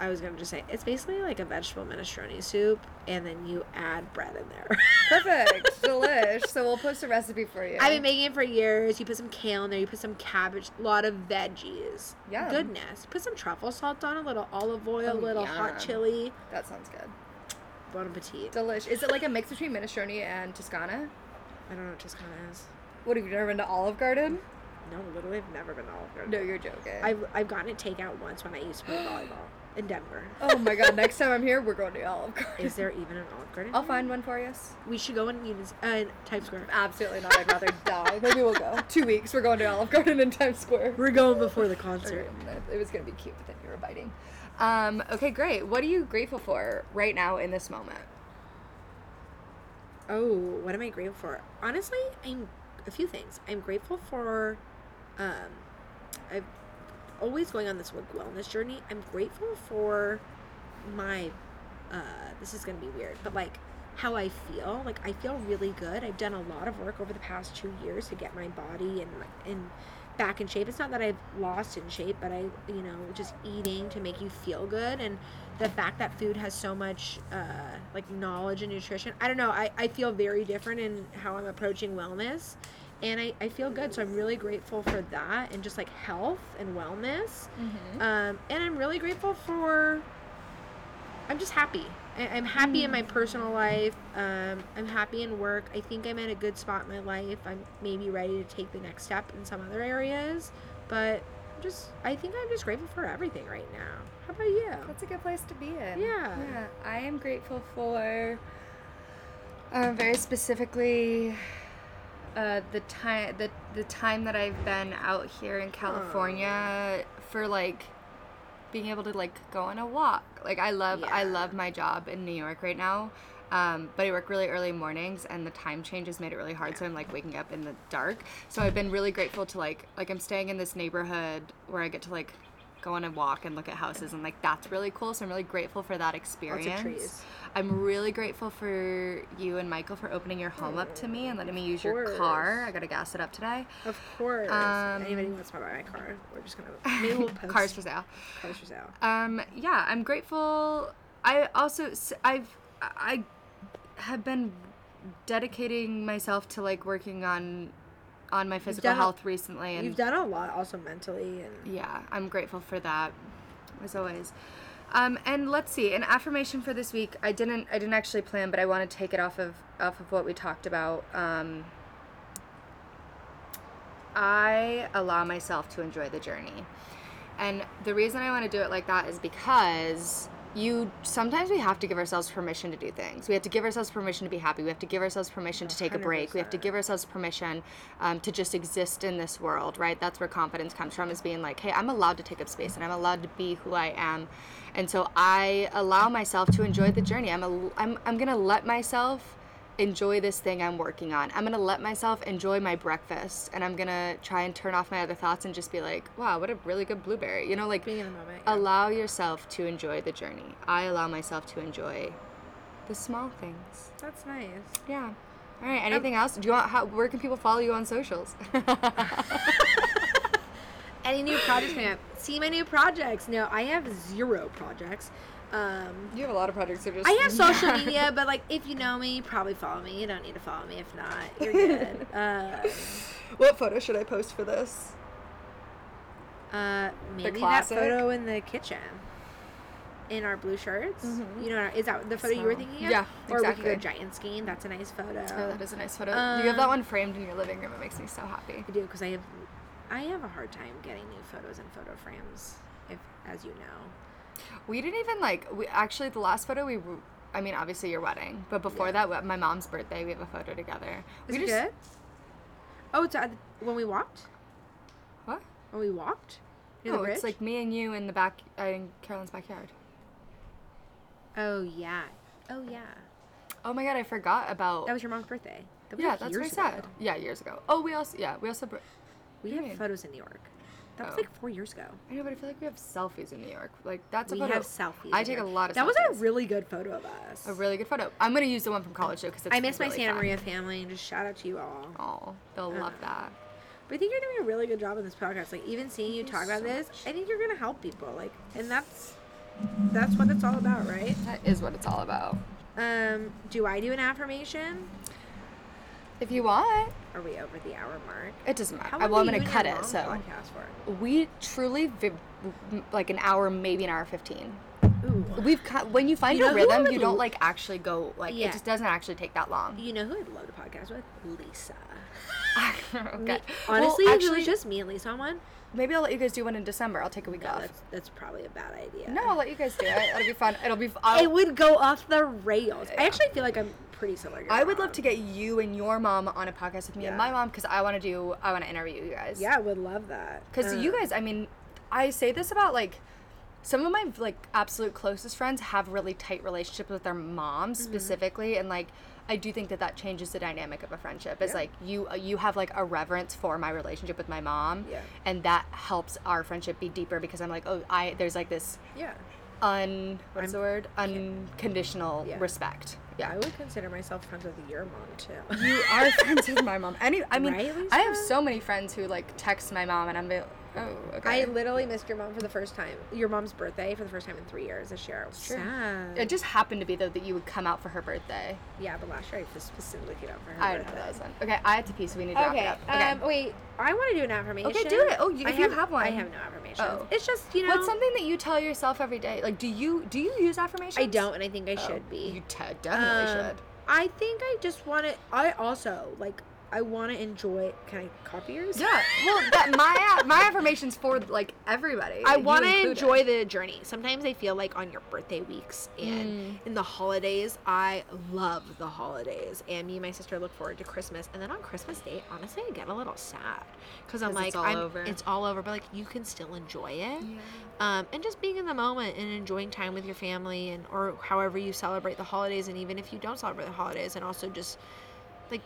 A: I was gonna just say it's basically like a vegetable minestrone soup, and then you add bread in there. <laughs>
B: <laughs> Perfect. Delish. So we'll post a recipe for you.
A: I've been making it for years. You put some kale in there. You put some cabbage. A lot of veggies.
B: Yum.
A: Goodness. Put some truffle salt on. A little olive oil. A
B: Oh,
A: little hot
B: yum.
A: chili.
B: that sounds good.
A: Bon appetit.
B: Delish. Is it like a mix between minestrone and Toscana?
A: I don't know what Toscana is.
B: What have you never been to Olive Garden?
A: No, literally, I've never been to Olive Garden.
B: No, you're joking.
A: I've, I've gotten it takeout once when I used to
B: <gasps>
A: play volleyball in Denver.
B: oh my god! Next time I'm here, we're going to Olive Garden.
A: Is there even an Olive Garden?
B: I'll
A: here?
B: find one for us.
A: We should go in Uniz- uh, in Times Square.
B: Absolutely not. I'd rather die. <laughs> Maybe we'll go. Two weeks. We're going to Olive Garden in Times Square.
A: We're going before the
B: Sorry,
A: concert.
B: It was gonna be cute, but then you were biting. Um, okay, great. What are you grateful for right now in this moment?
A: Oh, what am I grateful for? Honestly, I'm a few things. I'm grateful for, um, I'm always going on this like, wellness journey. I'm grateful for my, uh, this is gonna be weird, but like how I feel. Like I feel really good. I've done a lot of work over the past two years to get my body and and back in shape. It's not that I've lost in shape, but I, you know, just eating to make you feel good. And the fact that food has so much, uh, like, knowledge and nutrition, I don't know. I, I feel very different in how I'm approaching wellness. And I, I feel good. So I'm really grateful for that and just like health and wellness.
B: Mm-hmm.
A: Um, and I'm really grateful for, I'm just happy. I- I'm happy
B: Hmm.
A: in my personal life. Um, I'm happy in work. I think I'm at a good spot in my life. I'm maybe ready to take the next step in some other areas, but I'm just I think I'm just grateful for everything right now. How about you?
B: That's a good place to be in.
A: Yeah.
B: I am grateful for Uh, very specifically, uh, the time the the time that I've been out here in California for like being able to like go on a walk. Like I love I
A: Yeah.
B: love my job in New York right now. Um, but I work really early mornings, and the time change has made it really hard. So I'm like waking up in the dark. So I've been really grateful to like like I'm staying in this neighborhood where I get to like go on a walk and look at houses, and like that's really cool. So I'm really grateful for that experience.
A: trees.
B: I'm really grateful for you and Michael for opening your home up to me and letting me use your
A: course.
B: car. I gotta gas it up today.
A: Of course.
B: Um,
A: Anybody who wants to buy my car, we're just
B: <laughs>
A: gonna maybe we'll post
B: Cars for sale.
A: cars for sale.
B: Um, yeah, I'm grateful. I also s- I've I have been dedicating myself to like working on on my physical
A: done a-
B: health recently and
A: You've done a lot, also mentally, and
B: yeah, I'm grateful for that, as always. Um, and let's see, an affirmation for this week. I didn't, I didn't actually plan, but I want to take it off of off of what we talked about. Um, I allow myself to enjoy the journey, and the reason I want to do it like that is because you sometimes we have to give ourselves permission to do things. We have to give ourselves permission to be happy. We have to give ourselves permission to take a break. We have to give ourselves permission um, to just exist in this world, right? That's where confidence comes from is being like, hey, I'm allowed to take up space and I'm allowed to be who I am. And so I allow myself to enjoy the journey. I'm, a, I'm, I'm going to let myself enjoy this thing I'm working on. I'm going to let myself enjoy my breakfast and I'm going to try and turn off my other thoughts and just be like, wow, what a really good blueberry. You know, like
A: being in the moment. yeah.
B: allow yourself to enjoy the journey. I allow myself to enjoy the small things.
A: That's nice.
B: Yeah. All right. Anything else? Do you want? How, where can people follow you on socials?
A: Any new projects coming up? See my new projects. No, I have zero projects. Um,
B: <laughs> you have a lot of projects. That are just
A: I
B: <laughs>
A: have social media, but like if you know me, you probably follow me. You don't need to follow me if not.
B: <laughs>
A: You're good. Uh,
B: What photo should I post for this?
A: uh, maybe that
B: classic?
A: photo in the kitchen. In our blue shirts, you know, is that the photo you were
B: Small.
A: thinking of?
B: Mm-hmm. Yeah,
A: or we
B: exactly.
A: could go giant skiing. That's a nice photo.
B: Oh, that is a nice photo. you have that
A: Um,
B: one framed in your living room. It makes me so happy.
A: I do because I have I have a hard time getting new photos and photo frames. If as you know,
B: We didn't even like. We actually the last photo we. w- I mean, obviously your wedding, but before
A: Yeah.
B: that, my mom's birthday, we have a photo together.
A: is
B: we
A: it good? Oh, it's at, when we walked.
B: What?
A: When we walked. Near the
B: No, Oh, it's
A: bridge?
B: like me and you in the back uh, in Carolyn's backyard.
A: Oh yeah. Oh yeah.
B: Oh my god, I forgot about.
A: That was your mom's birthday. That was
B: yeah,
A: like,
B: that's
A: years
B: very
A: ago.
B: sad. Yeah, years ago. Oh, we also yeah, we also. Br-
A: We
B: What do you
A: have
B: mean?
A: photos in New York. That was
B: Oh.
A: like four years ago.
B: I know, but I feel like we have selfies in New York. Like that's
A: we
B: a photo.
A: have selfies.
B: I
A: in
B: take
A: New
B: a
A: York.
B: lot of.
A: That
B: selfies.
A: was a really good photo of us.
B: a really good photo. I'm gonna use the one from college though because
A: I miss my Santa Maria Uh. family and just shout out to you all.
B: Oh, they'll love that.
A: But I think you're doing a really good job on this podcast. Like even seeing you
B: Thank you
A: talk about
B: so
A: this,
B: much.
A: I think you're gonna help people. Like and that's that's what it's all about, right?
B: That is what it's all about.
A: Um, do I do an affirmation?
B: If you want,
A: Are we over the hour mark?
B: it doesn't matter.
A: How
B: I,
A: long
B: well, I'm
A: were you
B: gonna
A: and
B: cut
A: your
B: it.
A: mom
B: So
A: podcast for?
B: we truly vi- like an hour, maybe an hour fifteen.
A: Ooh.
B: We've cut, when you find
A: You
B: your
A: know who I
B: rhythm,
A: would
B: you don't
A: l-
B: like actually go like
A: Yeah.
B: it just doesn't actually take that long.
A: You know who I'd love to podcast with? Lisa. Me-
B: <laughs> okay.
A: Honestly,
B: well,
A: if it
B: actually,
A: was just me and Lisa on one,
B: maybe I'll let you guys do one in December. I'll take a week
A: no,
B: off.
A: that's, that's probably a bad idea.
B: No, I'll let you guys do it. It'll be fun. It'll be.
A: <laughs>
B: i
A: it would go off the rails. I actually feel like I'm pretty similar. your
B: I would
A: mom.
B: love to get you and your mom on a podcast with me and
A: Yeah.
B: my mom because I want to do. I want to interview you guys.
A: Yeah, I would love that. Um,
B: Because you
A: Mm.
B: guys, I mean, I say this about like some of my like absolute closest friends have really tight relationships with their
A: Mm-hmm.
B: moms specifically, and like I do think that that changes the dynamic of a friendship. Is
A: Yeah.
B: like you uh, you have like a reverence for my relationship with my mom,
A: Yeah.
B: and that helps our friendship be deeper because I'm like, oh, I there's like this
A: Yeah.
B: un what's
A: I'm-
B: the word unconditional
A: Yeah.
B: respect.
A: I
B: Yeah,
A: would consider myself friends with your mom too. <laughs>
B: you are friends with my mom. Any, I mean,
A: Right,
B: I have
A: Lisa?
B: so many friends who like text my mom, and I'm like, oh, okay.
A: I literally missed your mom for the first time. Your mom's birthday for the first time in three years this year. It was
B: True.
A: sad.
B: it just happened to be though that you would come out for her birthday.
A: yeah, but last year I just specifically came out for her
B: I don't know
A: birthday.
B: that was one. Okay, I had to pee, so we need to
A: Okay.
B: wrap it up. Okay.
A: Um, wait, I want to do an affirmation.
B: do it. Oh, you-
A: I
B: if you have one.
A: I have no affirmation.
B: Oh.
A: It's just you know.
B: What's something that you tell yourself every day? Like, do you do you use affirmations?
A: I don't, and I think I
B: Oh,
A: should be.
B: You te- definitely
A: Um, I think I just want to. I also like I want to enjoy. Can I copy
B: <laughs>
A: yours?
B: Yeah. Well, that, my my affirmations for like everybody.
A: I
B: you
A: want to
B: included.
A: enjoy the journey. Sometimes I feel like on your birthday weeks and
B: Mm.
A: in the holidays, I love the holidays. And me and my sister look forward to Christmas. And then on Christmas Day, honestly, I get a little sad because I'm
B: 'Cause
A: like,
B: it's all
A: I'm-
B: over.
A: it's all over. But like, you can still enjoy it.
B: Yeah.
A: Um, and just being in the moment and enjoying time with your family and or however you celebrate the holidays. And even if you don't celebrate the holidays, and also just like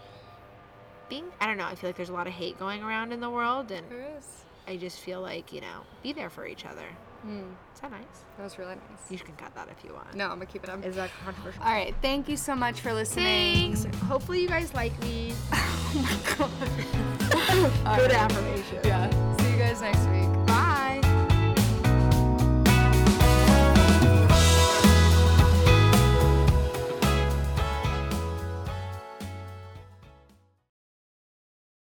A: being, I don't know. I feel like there's a lot of hate going around in the world, and
B: There is.
A: I just feel like you know, be there for each other.
B: Mm,
A: Is that nice?
B: that was really nice.
A: You can cut that if you want.
B: No, I'm gonna keep it up.
A: Is that controversial?
B: All right. Thank you so much for listening.
A: Thanks. Hopefully you guys like me.
B: <laughs> oh my god.
A: <laughs> Good affirmation.
B: Yeah.